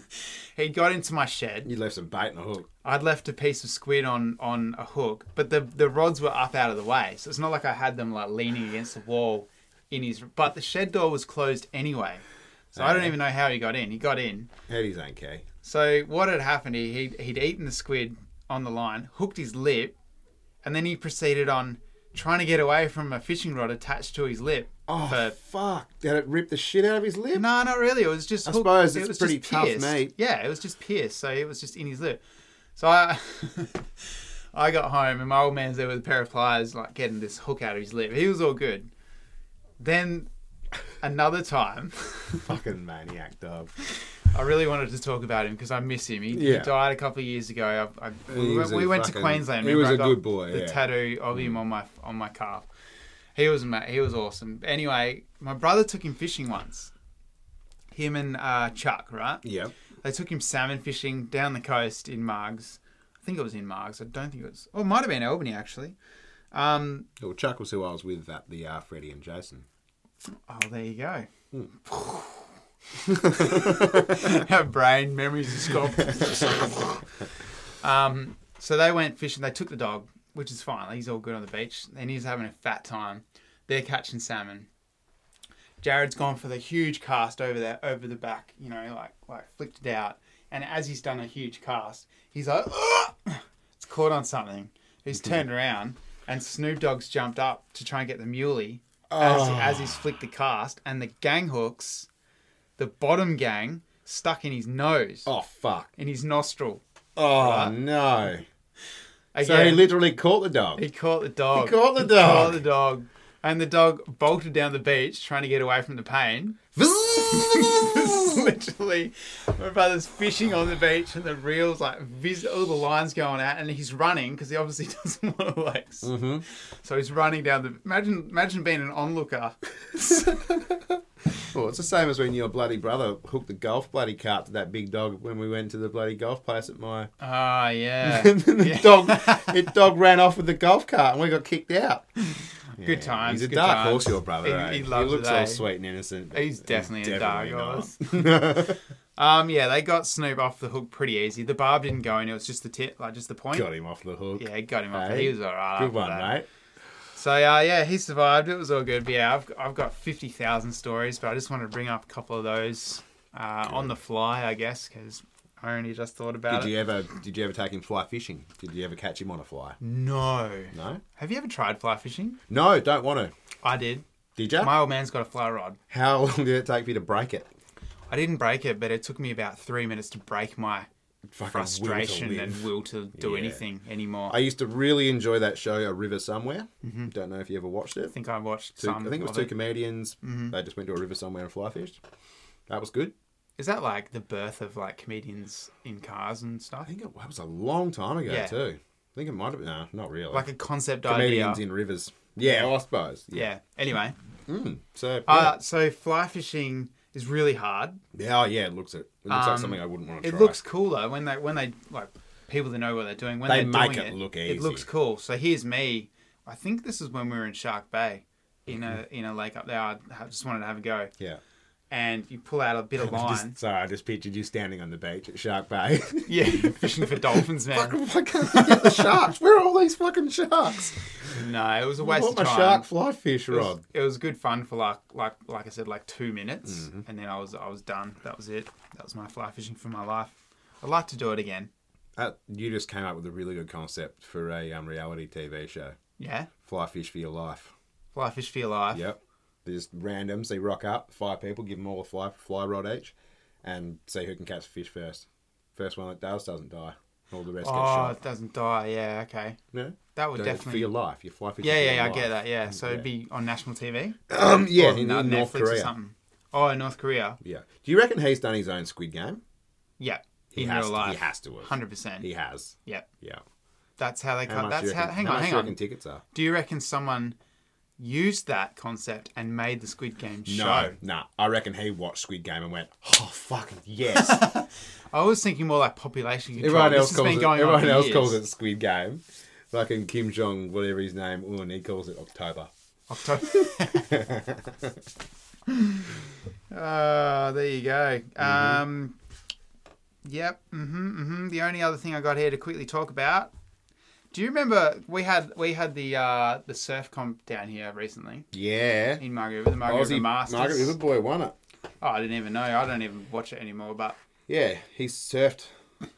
S2: (laughs) he got into my shed.
S1: You left some bait in the hook.
S2: I'd left a piece of squid on on a hook, but the the rods were up out of the way, so it's not like I had them like leaning against the wall in his. But the shed door was closed anyway, so I don't
S1: Okay.
S2: even know how he got in. He got in.
S1: Hedy's okay.
S2: So what had happened? He he'd, he'd eaten the squid on the line, hooked his lip, and then he proceeded on trying to get away from a fishing rod attached to his lip.
S1: Oh
S2: for-
S1: fuck! Did it rip the shit out of his lip?
S2: no, not really. It was just.
S1: I
S2: hooked-
S1: suppose
S2: it
S1: it's
S2: was
S1: pretty
S2: just
S1: tough,
S2: pierced.
S1: mate.
S2: Yeah, it was just pierced, so it was just in his lip. So I, (laughs) I got home and my old man's there with a pair of pliers, like getting this hook out of his lip. He was all good. Then another
S1: (laughs)
S2: time, (laughs)
S1: Fucking maniac dog.
S2: I really wanted to talk about him because I miss him. He, he
S1: Yeah.
S2: died a couple of years ago. I, I,
S1: He
S2: we
S1: was
S2: went, we
S1: a
S2: went to
S1: fucking-
S2: Queensland.
S1: he was
S2: remember?
S1: a
S2: I got
S1: good boy,
S2: The
S1: yeah. Mm.
S2: tattoo of him on my on my calf. He was ma- he was awesome. Anyway, my brother took him fishing once. Him and uh, Chuck, right?
S1: Yep.
S2: They took him salmon fishing down the coast in Margs. I think it was in Margs. I don't think it was. Oh, it might have been Albany actually. Um,
S1: Well, Chuck was who I was with at the uh, Freddie and Jason.
S2: oh, there you go. (laughs) Our brain memories just gone. um, so they went fishing. They took the dog, which is fine. like, He's all good on the beach, and he's having a fat time. They're catching salmon. Jared's gone for the huge cast over there, over the back. You know, like like flicked it out. And as he's done a huge cast, he's like, "Ugh!" it's caught on something. He's turned around, and Snoop Dogg's jumped up to try and get the muley as,
S1: Oh.
S2: as he's flicked the cast, and the gang hooks, the bottom gang, stuck in his nose
S1: Oh fuck!
S2: in his nostril.
S1: Oh
S2: Right.
S1: no!
S2: Again,
S1: So he literally caught the dog.
S2: he caught the dog.
S1: He caught the
S2: caught
S1: dog.
S2: the dog. And the dog bolted down the beach trying to get away from the pain. (laughs) Literally, my brother's fishing on the beach and the reels like vis- all the lines going out, and he's running because he obviously (laughs) doesn't want to like. s-
S1: Mm-hmm.
S2: So he's running down the. Imagine, imagine being an onlooker.
S1: (laughs) Well, it's the same as when your bloody brother hooked the golf bloody cart to that big dog when we went to the bloody golf place at my.
S2: Ah, (laughs) yeah.
S1: and then the
S2: Yeah.
S1: dog, it dog ran off with the golf cart, and we got kicked out. Yeah,
S2: Good times.
S1: He's a
S2: good
S1: dark
S2: times.
S1: horse, your brother.
S2: He-
S1: eh?
S2: He,
S1: He,
S2: loves
S1: looks
S2: it, eh?
S1: all sweet and innocent. but
S2: He's definitely, a dark
S1: definitely
S2: horse.
S1: (laughs) not.
S2: Um, yeah, they got Snoop off the hook pretty easy. The barb didn't go in; it was just the tip, like just the point.
S1: got him off the hook.
S2: Yeah, it got him off.
S1: Hey,
S2: he was all right.
S1: Good
S2: after
S1: one,
S2: that.
S1: mate.
S2: So uh, yeah, he survived. It was all good. But yeah, I've I've got fifty thousand stories, but I just wanted to bring up a couple of those uh, on the fly, I guess, because I only just thought about
S1: Did
S2: it.
S1: you ever did you ever take him fly fishing? Did you ever catch him on a fly?
S2: No.
S1: No,
S2: Have you ever tried fly fishing?
S1: no, don't want to.
S2: I did.
S1: Did you?
S2: My old man's got a fly rod.
S1: How (laughs) long did it take for you to break it?
S2: I didn't break it, but it took me about three minutes to break my
S1: Fucking will to
S2: frustration
S1: live.
S2: and will to do
S1: Yeah.
S2: anything anymore.
S1: I used to really enjoy that show, A River Somewhere.
S2: Mm-hmm.
S1: Don't know if you ever watched it.
S2: I think I watched
S1: Two-
S2: some. Mm-hmm.
S1: I think it was
S2: of
S1: two comedians. They just went to a river somewhere and fly fished. That was good.
S2: Is that like the birth of like comedians in cars and
S1: I
S2: stuff?
S1: think it that was a long time ago
S2: Yeah.
S1: too. I think it might have been. No, not really.
S2: Like a concept
S1: comedians
S2: idea.
S1: in rivers. Yeah, I suppose.
S2: yeah. Anyway,
S1: Mm, so yeah.
S2: uh, so fly fishing is really hard.
S1: yeah, oh, yeah, it looks it, it looks
S2: um,
S1: like something I wouldn't want to
S2: It
S1: try.
S2: looks cool though when they when they like people that know what they're doing when
S1: They
S2: are
S1: make
S2: doing
S1: it look
S2: It looks
S1: easy.
S2: cool. So here's me. I think this is when we were in Shark Bay, in a
S1: Mm-hmm.
S2: in a lake up there. I ha- just wanted to have a go,
S1: yeah.
S2: and you pull out a bit of line.
S1: (laughs) Just, sorry, I just pictured you standing on the beach at Shark Bay. (laughs)
S2: yeah, fishing for dolphins, man.
S1: Fucking, why can't we get the sharks? Where are all these fucking sharks?
S2: No, it was a
S1: I
S2: (laughs) waste
S1: want
S2: of
S1: my
S2: time.
S1: shark fly fish
S2: It was,
S1: rod.
S2: it was good fun for like like like I said, like two minutes,
S1: Mm-hmm.
S2: and then I was I was done. That was it. That was my fly fishing for my life. I'd like to do it again.
S1: Uh, you just came up with a really good concept for a um, reality TV show.
S2: Yeah,
S1: Fly fish for your life.
S2: fly fish for your life.
S1: Yep. They're just random. So you rock up, five people, give them all a fly fly rod each, and see who can catch the fish first. First one that does doesn't die. All the rest get
S2: Oh,
S1: shot.
S2: it doesn't die. Yeah, okay.
S1: No,
S2: That would
S1: Don't- for
S2: definitely.
S1: your life. You fly fish.
S2: yeah,
S1: for
S2: yeah,
S1: your
S2: yeah I
S1: life.
S2: get that. Yeah, so
S1: Yeah.
S2: it'd be on national TV.
S1: Um, (clears throat) yeah,
S2: Or
S1: in,
S2: on
S1: in North
S2: Netflix
S1: Korea.
S2: something. Oh, in North Korea.
S1: Yeah. Do you reckon he's done his own Squid Game?
S2: Yeah,
S1: He
S2: in
S1: has
S2: real
S1: to,
S2: life.
S1: He has to. Have.
S2: Hundred percent.
S1: He has.
S2: Yep.
S1: Yeah.
S2: That's how they cut.
S1: much
S2: That's
S1: do you
S2: how.
S1: reckon-
S2: Hang
S1: how
S2: on,
S1: much
S2: hang
S1: do you
S2: on.
S1: reckon tickets are?
S2: Do you reckon someone used that concept and made the Squid Game show?
S1: No, nah. I reckon he watched Squid Game and went, "Oh fucking
S2: (laughs)
S1: yes!"
S2: I was thinking more like population control.
S1: everyone
S2: this
S1: else
S2: has
S1: calls
S2: been
S1: it.
S2: going on
S1: Everyone
S2: for
S1: else
S2: years.
S1: calls it Squid Game. Fucking Kim Jong, whatever his name, un, he calls it October. (laughs)
S2: October. uh, there you go.
S1: Mm-hmm.
S2: Um, yep. Mm-hmm, mm-hmm. The only other thing I got here to quickly talk about. Do you remember we had we had the uh, the surf comp down here recently
S1: Yeah.
S2: in Margaret the Margaret River
S1: Aussie
S2: Masters?
S1: Margaret River boy won it.
S2: Oh, I didn't even know. I don't even watch it anymore. But
S1: Yeah, he surfed.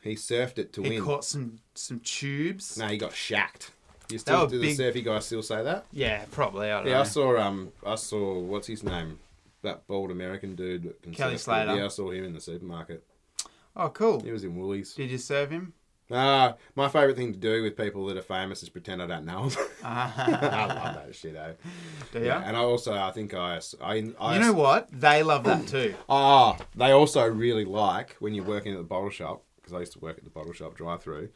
S1: He surfed it to
S2: he
S1: win.
S2: caught some some tubes.
S1: No, he got shacked. You still
S2: were
S1: do the
S2: big-
S1: surfy guys still say that?
S2: Yeah, probably. I don't
S1: Yeah, I
S2: know.
S1: saw um, I saw what's his name, that bald American dude that can
S2: Kelly
S1: surf good.
S2: Slater.
S1: Yeah, I saw him in the supermarket.
S2: Oh, cool.
S1: He was in Woolies.
S2: Did you serve him?
S1: Ah, my favourite thing to do with people that are famous is pretend I don't know (laughs) them.
S2: Ah.
S1: I love that shit, eh?
S2: Do you?
S1: Yeah. And I also, I think I, I, I
S2: you know what? They love that too.
S1: Ah, they also really like when you're working at the bottle shop because I used to work at the bottle shop drive-through.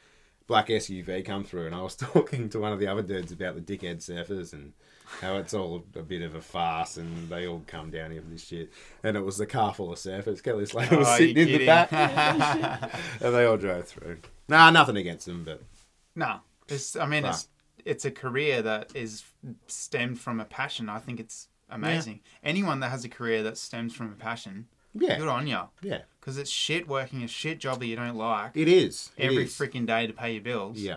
S1: Black SUV come through, and I was (laughs) talking to one of the other dudes about the dickhead surfers and how it's all a bit of a farce, and they all come down here for this shit. And it was the car full of surfers. Kelly Slater (laughs) was
S2: Oh, you
S1: sitting in the
S2: kidding.
S1: back,
S2: (laughs)
S1: (laughs) and they all drove through. Nah, nothing against them, but
S2: No, it's. I mean, it's it's a career that is stemmed from a passion. I think it's amazing. Anyone that has a career that stems from a passion,
S1: yeah,
S2: good on you.
S1: yeah,
S2: Because it's shit working a shit job that you don't like
S1: it is It
S2: every
S1: is.
S2: freaking day to pay your bills. (laughs)
S1: yeah.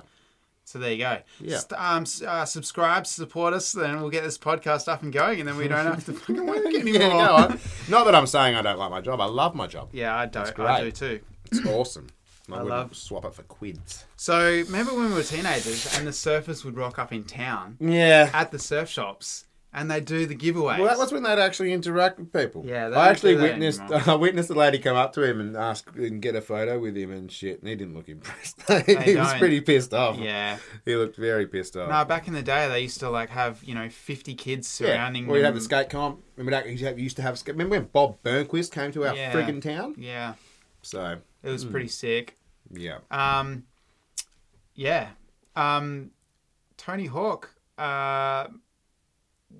S2: So there you go.
S1: Yeah.
S2: St- um, s- uh, subscribe, support us, then we'll get this podcast up and going, and then we don't have to fucking work
S1: (laughs)
S2: anymore.
S1: Yeah, go on. Not that I'm saying I don't like my job. I love my job.
S2: Yeah, I do. I
S1: great.
S2: do too.
S1: It's awesome. I, wouldn't
S2: love-
S1: swap it for quids.
S2: So remember when we were teenagers and the surfers would rock up in town
S1: Yeah.
S2: at the surf shops and they do the giveaways.
S1: Well, that was when they'd actually interact with people.
S2: Yeah, they
S1: I
S2: don't
S1: actually
S2: do that
S1: witnessed.
S2: anymore.
S1: (laughs) I witnessed a lady come up to him and ask and get a photo with him and shit, and he didn't look impressed. (laughs) he was
S2: don't.
S1: pretty pissed off.
S2: yeah.
S1: he looked very pissed off.
S2: No, back in the day, they used to like have you know fifty kids
S1: yeah.
S2: surrounding.
S1: Well, you
S2: them.
S1: have the skate comp. Remember that? You used to have. skate- Remember when Bob Burnquist came to our
S2: Yeah.
S1: friggin' town?
S2: Yeah,
S1: So
S2: it was pretty sick.
S1: yeah,
S2: Um, yeah. Um, Tony Hawk uh,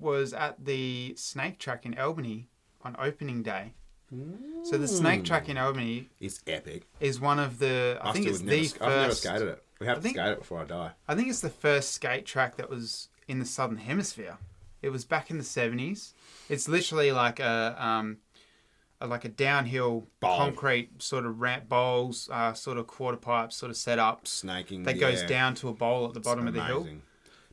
S2: was at the snake track in Albany on opening day. So the snake track in Albany
S1: It's epic.
S2: is one of the I
S1: Us
S2: think
S1: two
S2: it's
S1: would
S2: the
S1: never,
S2: first.
S1: I've never skated it. We have
S2: I
S1: to
S2: think-
S1: skate it before I die.
S2: I think it's the first skate track that was in the southern hemisphere. It was back in the seventies. It's literally like a um, a- like a downhill
S1: Bowl.
S2: concrete sort of ramp bowls, uh, sort of quarter pipe sort of setup
S1: Snaking
S2: that goes
S1: yeah.
S2: down to a bowl at the bottom of the hill.
S1: Amazing.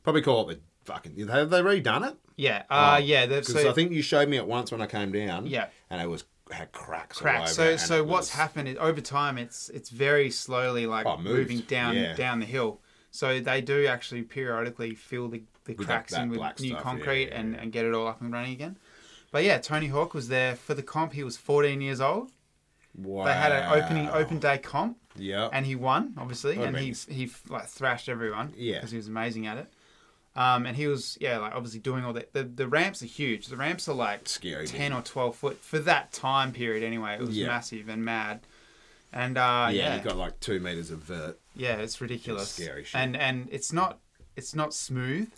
S1: Probably call it the fucking. Have they redone it?
S2: Yeah, uh,
S1: Oh,
S2: yeah. they've-
S1: Because
S2: So
S1: I think you showed me it once when I came down.
S2: Yeah.
S1: And it was had cracks. all
S2: crack.
S1: over
S2: So
S1: it, and
S2: so
S1: it
S2: what's
S1: was-
S2: happened is over time it's it's very slowly like
S1: Oh, it moved.
S2: moving down
S1: Yeah.
S2: down the hill. So they do actually periodically fill the, the
S1: that-
S2: cracks
S1: that
S2: in with
S1: black
S2: new
S1: stuff, yeah,
S2: concrete
S1: yeah,
S2: And, and get it all up and running again. But yeah, Tony Hawk was there for the comp. He was 14 years old.
S1: Wow.
S2: They had an opening open day comp,
S1: Yeah.
S2: and he won obviously,
S1: What
S2: and he
S1: amazing.
S2: he like thrashed everyone.
S1: Yeah.
S2: because he was amazing at it. Um, and he was yeah like obviously doing all that. The, the ramps are huge. The ramps are like
S1: Scary,
S2: ten or twelve foot for that time period anyway. It was
S1: Yeah.
S2: massive and mad. And uh,
S1: yeah,
S2: yeah,
S1: You got like two meters of vert.
S2: yeah, it's ridiculous.
S1: It's scary shit.
S2: And and it's not it's not smooth.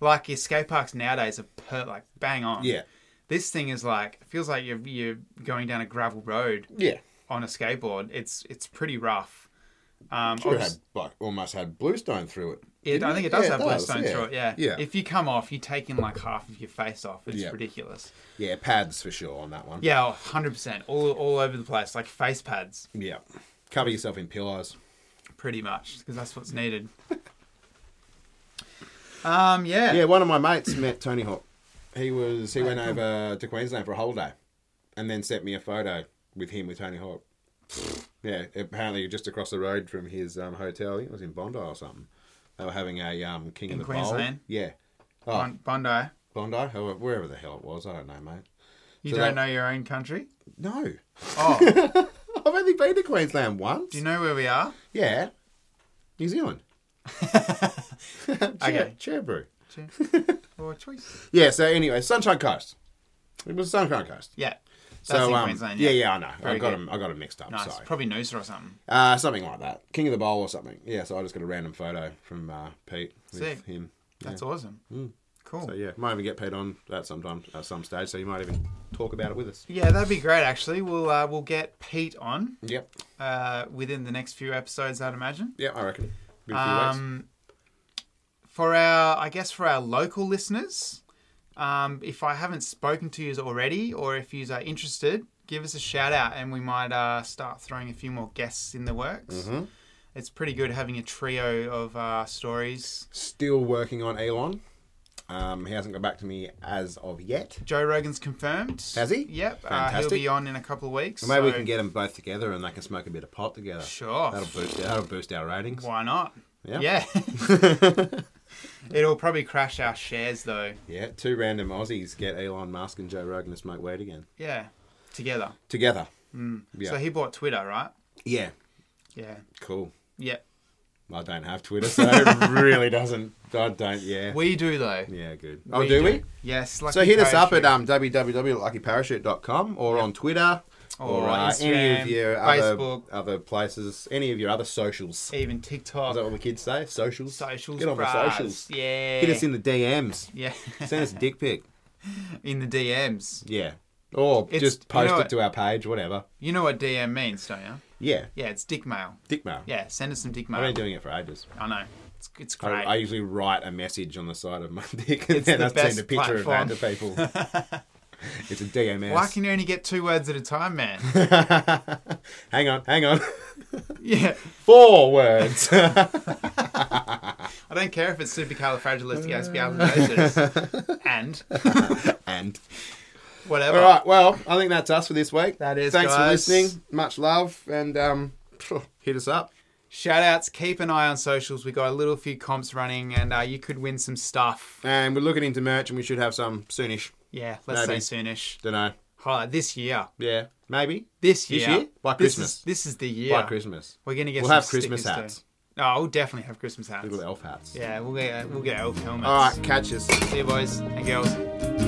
S2: Like your skate parks nowadays are per, like bang on.
S1: Yeah.
S2: This thing is like it feels like you're you're going down a gravel road
S1: Yeah.
S2: on a skateboard. It's it's pretty rough. Um,
S1: Sure
S2: obvi-
S1: had like almost had bluestone through it.
S2: it,
S1: didn't
S2: I think it does
S1: Yeah,
S2: have bluestone
S1: yeah.
S2: through it. Yeah.
S1: Yeah.
S2: If you come off, you're taking like half of your face off. It's
S1: Yeah.
S2: ridiculous.
S1: yeah. Pads for sure on that one.
S2: Yeah, oh, 100%. All, all over the place, like face pads,
S1: Yeah. Cover yourself in pillows.
S2: pretty much, because that's
S1: (laughs)
S2: what's needed. um, yeah.
S1: Yeah, one of my mates met Tony Hawk. He was he went over to Queensland for a holiday, and then sent me a photo with him with Tony Hawk. Yeah, apparently just across the road from his um, hotel, I think it was in Bondi or something. They were having a um, King
S2: In
S1: of the
S2: Queensland?
S1: Bowl. Yeah, oh
S2: Bon- Bondi.
S1: Bondi, however, wherever the hell it was, I don't know, mate.
S2: You
S1: So
S2: don't
S1: that-
S2: know your
S1: (laughs)
S2: own country?
S1: No,
S2: Oh,
S1: I've only been to Queensland once.
S2: do you know where we are?
S1: Yeah, New
S2: (laughs)
S1: Zealand. (laughs) Chair-
S2: Okay.
S1: chair brew. (laughs)
S2: Or choice?
S1: Yeah. So anyway, Sunshine Coast. It was Sunshine Coast.
S2: Yeah. That's
S1: so,
S2: in
S1: um,
S2: Queensland.
S1: yeah, yeah, I know. I
S2: Very
S1: got
S2: good.
S1: him. I got him mixed up.
S2: Nice.
S1: Sorry,
S2: Probably Noosa or something.
S1: uh, something like that. King of the Bowl or something. Yeah. So I just got a random photo from uh, Pete with
S2: Sick.
S1: him.
S2: That's awesome. Cool.
S1: Hmm. So yeah, might even get Pete on at sometime at some stage. So you might even talk about it with us.
S2: Yeah, that'd be great. Actually, we'll uh, we'll get Pete on
S1: Yep.
S2: uh, within the next few episodes, I'd imagine.
S1: Yep. I reckon. Be a few weeks.
S2: Um, for our, I guess, for our local listeners, um, if I haven't spoken to yous already, or if yous are interested, give us a shout out, and we might uh, start throwing a few more guests in the works.
S1: Mm-hmm.
S2: It's pretty good having a trio of uh, stories.
S1: Still working on Elon. Um, he hasn't got back to me as of yet.
S2: Joe Rogan's confirmed.
S1: Has he?
S2: Yep. Uh, he'll
S1: Fantastic.
S2: be on in a couple of weeks.
S1: Maybe we
S2: so
S1: can get them both together and they can smoke a bit of pot together.
S2: Sure.
S1: That'll boost. That'll boost our ratings.
S2: Why not?
S1: Yeah. (laughs)
S2: (laughs) It'll probably crash our shares though.
S1: Yeah. Two random Aussies get Elon Musk and Joe Rogan to smoke weed again
S2: Yeah. Together.
S1: together. Yeah.
S2: So he bought Twitter, right?
S1: yeah.
S2: Yeah.
S1: Cool.
S2: Yeah.
S1: I don't have Twitter, so (laughs) it really doesn't. I don't. Yeah.
S2: We do though.
S1: yeah, good. Oh, do, we?
S2: Yes.
S1: So hit us up at um, www.luckyparachute.com or on Twitter or,
S2: Or
S1: uh, any
S2: Instagram,
S1: of your
S2: Facebook.
S1: other other places, any of your other socials.
S2: even
S1: uh, Is that
S2: TikTok
S1: what the kids say? Socials.
S2: socials.
S1: Get on
S2: bras.
S1: the socials.
S2: Yeah.
S1: Hit us in the DMs.
S2: yeah. (laughs)
S1: Send us a dick pic.
S2: in the DMs.
S1: Yeah. Or
S2: It's- you
S1: just post
S2: know
S1: it
S2: what?
S1: to our page, whatever.
S2: You know what DM means, don't you?
S1: Yeah.
S2: Yeah, it's dick mail.
S1: Dick mail.
S2: Yeah, send us some dick
S1: I've
S2: mail.
S1: been doing it for ages.
S2: I know. It's, it's
S1: I,
S2: great.
S1: I usually write a message on the side of my (laughs) dick and
S2: It's
S1: then
S2: the
S1: I send
S2: best
S1: a picture
S2: platform.
S1: of that to people.
S2: (laughs)
S1: it's a DMS.
S2: Why
S1: (laughs)
S2: can you only get two words at a time, man? (laughs)
S1: hang on, hang on. (laughs)
S2: yeah.
S1: Four words. (laughs)
S2: I don't care if it's
S1: Uh.
S2: supercalifragilisticexpialidocious
S1: (laughs)
S2: and
S1: and
S2: whatever.
S1: all right, well, I think that's us for this week.
S2: That is,
S1: Thanks
S2: guys.
S1: for listening. Much love, and um, hit us up.
S2: Shout outs. Keep an eye on socials. We got a little few comps running, and uh, you could win some stuff.
S1: And we're looking into merch, and we should have some soonish.
S2: Yeah, let's
S1: Maybe.
S2: say soonish.
S1: Don't know.
S2: Hi, this year.
S1: Yeah, maybe
S2: This year.
S1: This year? By
S2: This
S1: Christmas.
S2: is- This is, the year.
S1: by Christmas.
S2: We're gonna get.
S1: We'll
S2: some
S1: have Christmas
S2: stickers
S1: hats,
S2: Too. Oh, we'll definitely have Christmas hats.
S1: little elf hats.
S2: Yeah, we'll get we'll get elf helmets.
S1: All right, catch us.
S2: See you, boys and girls.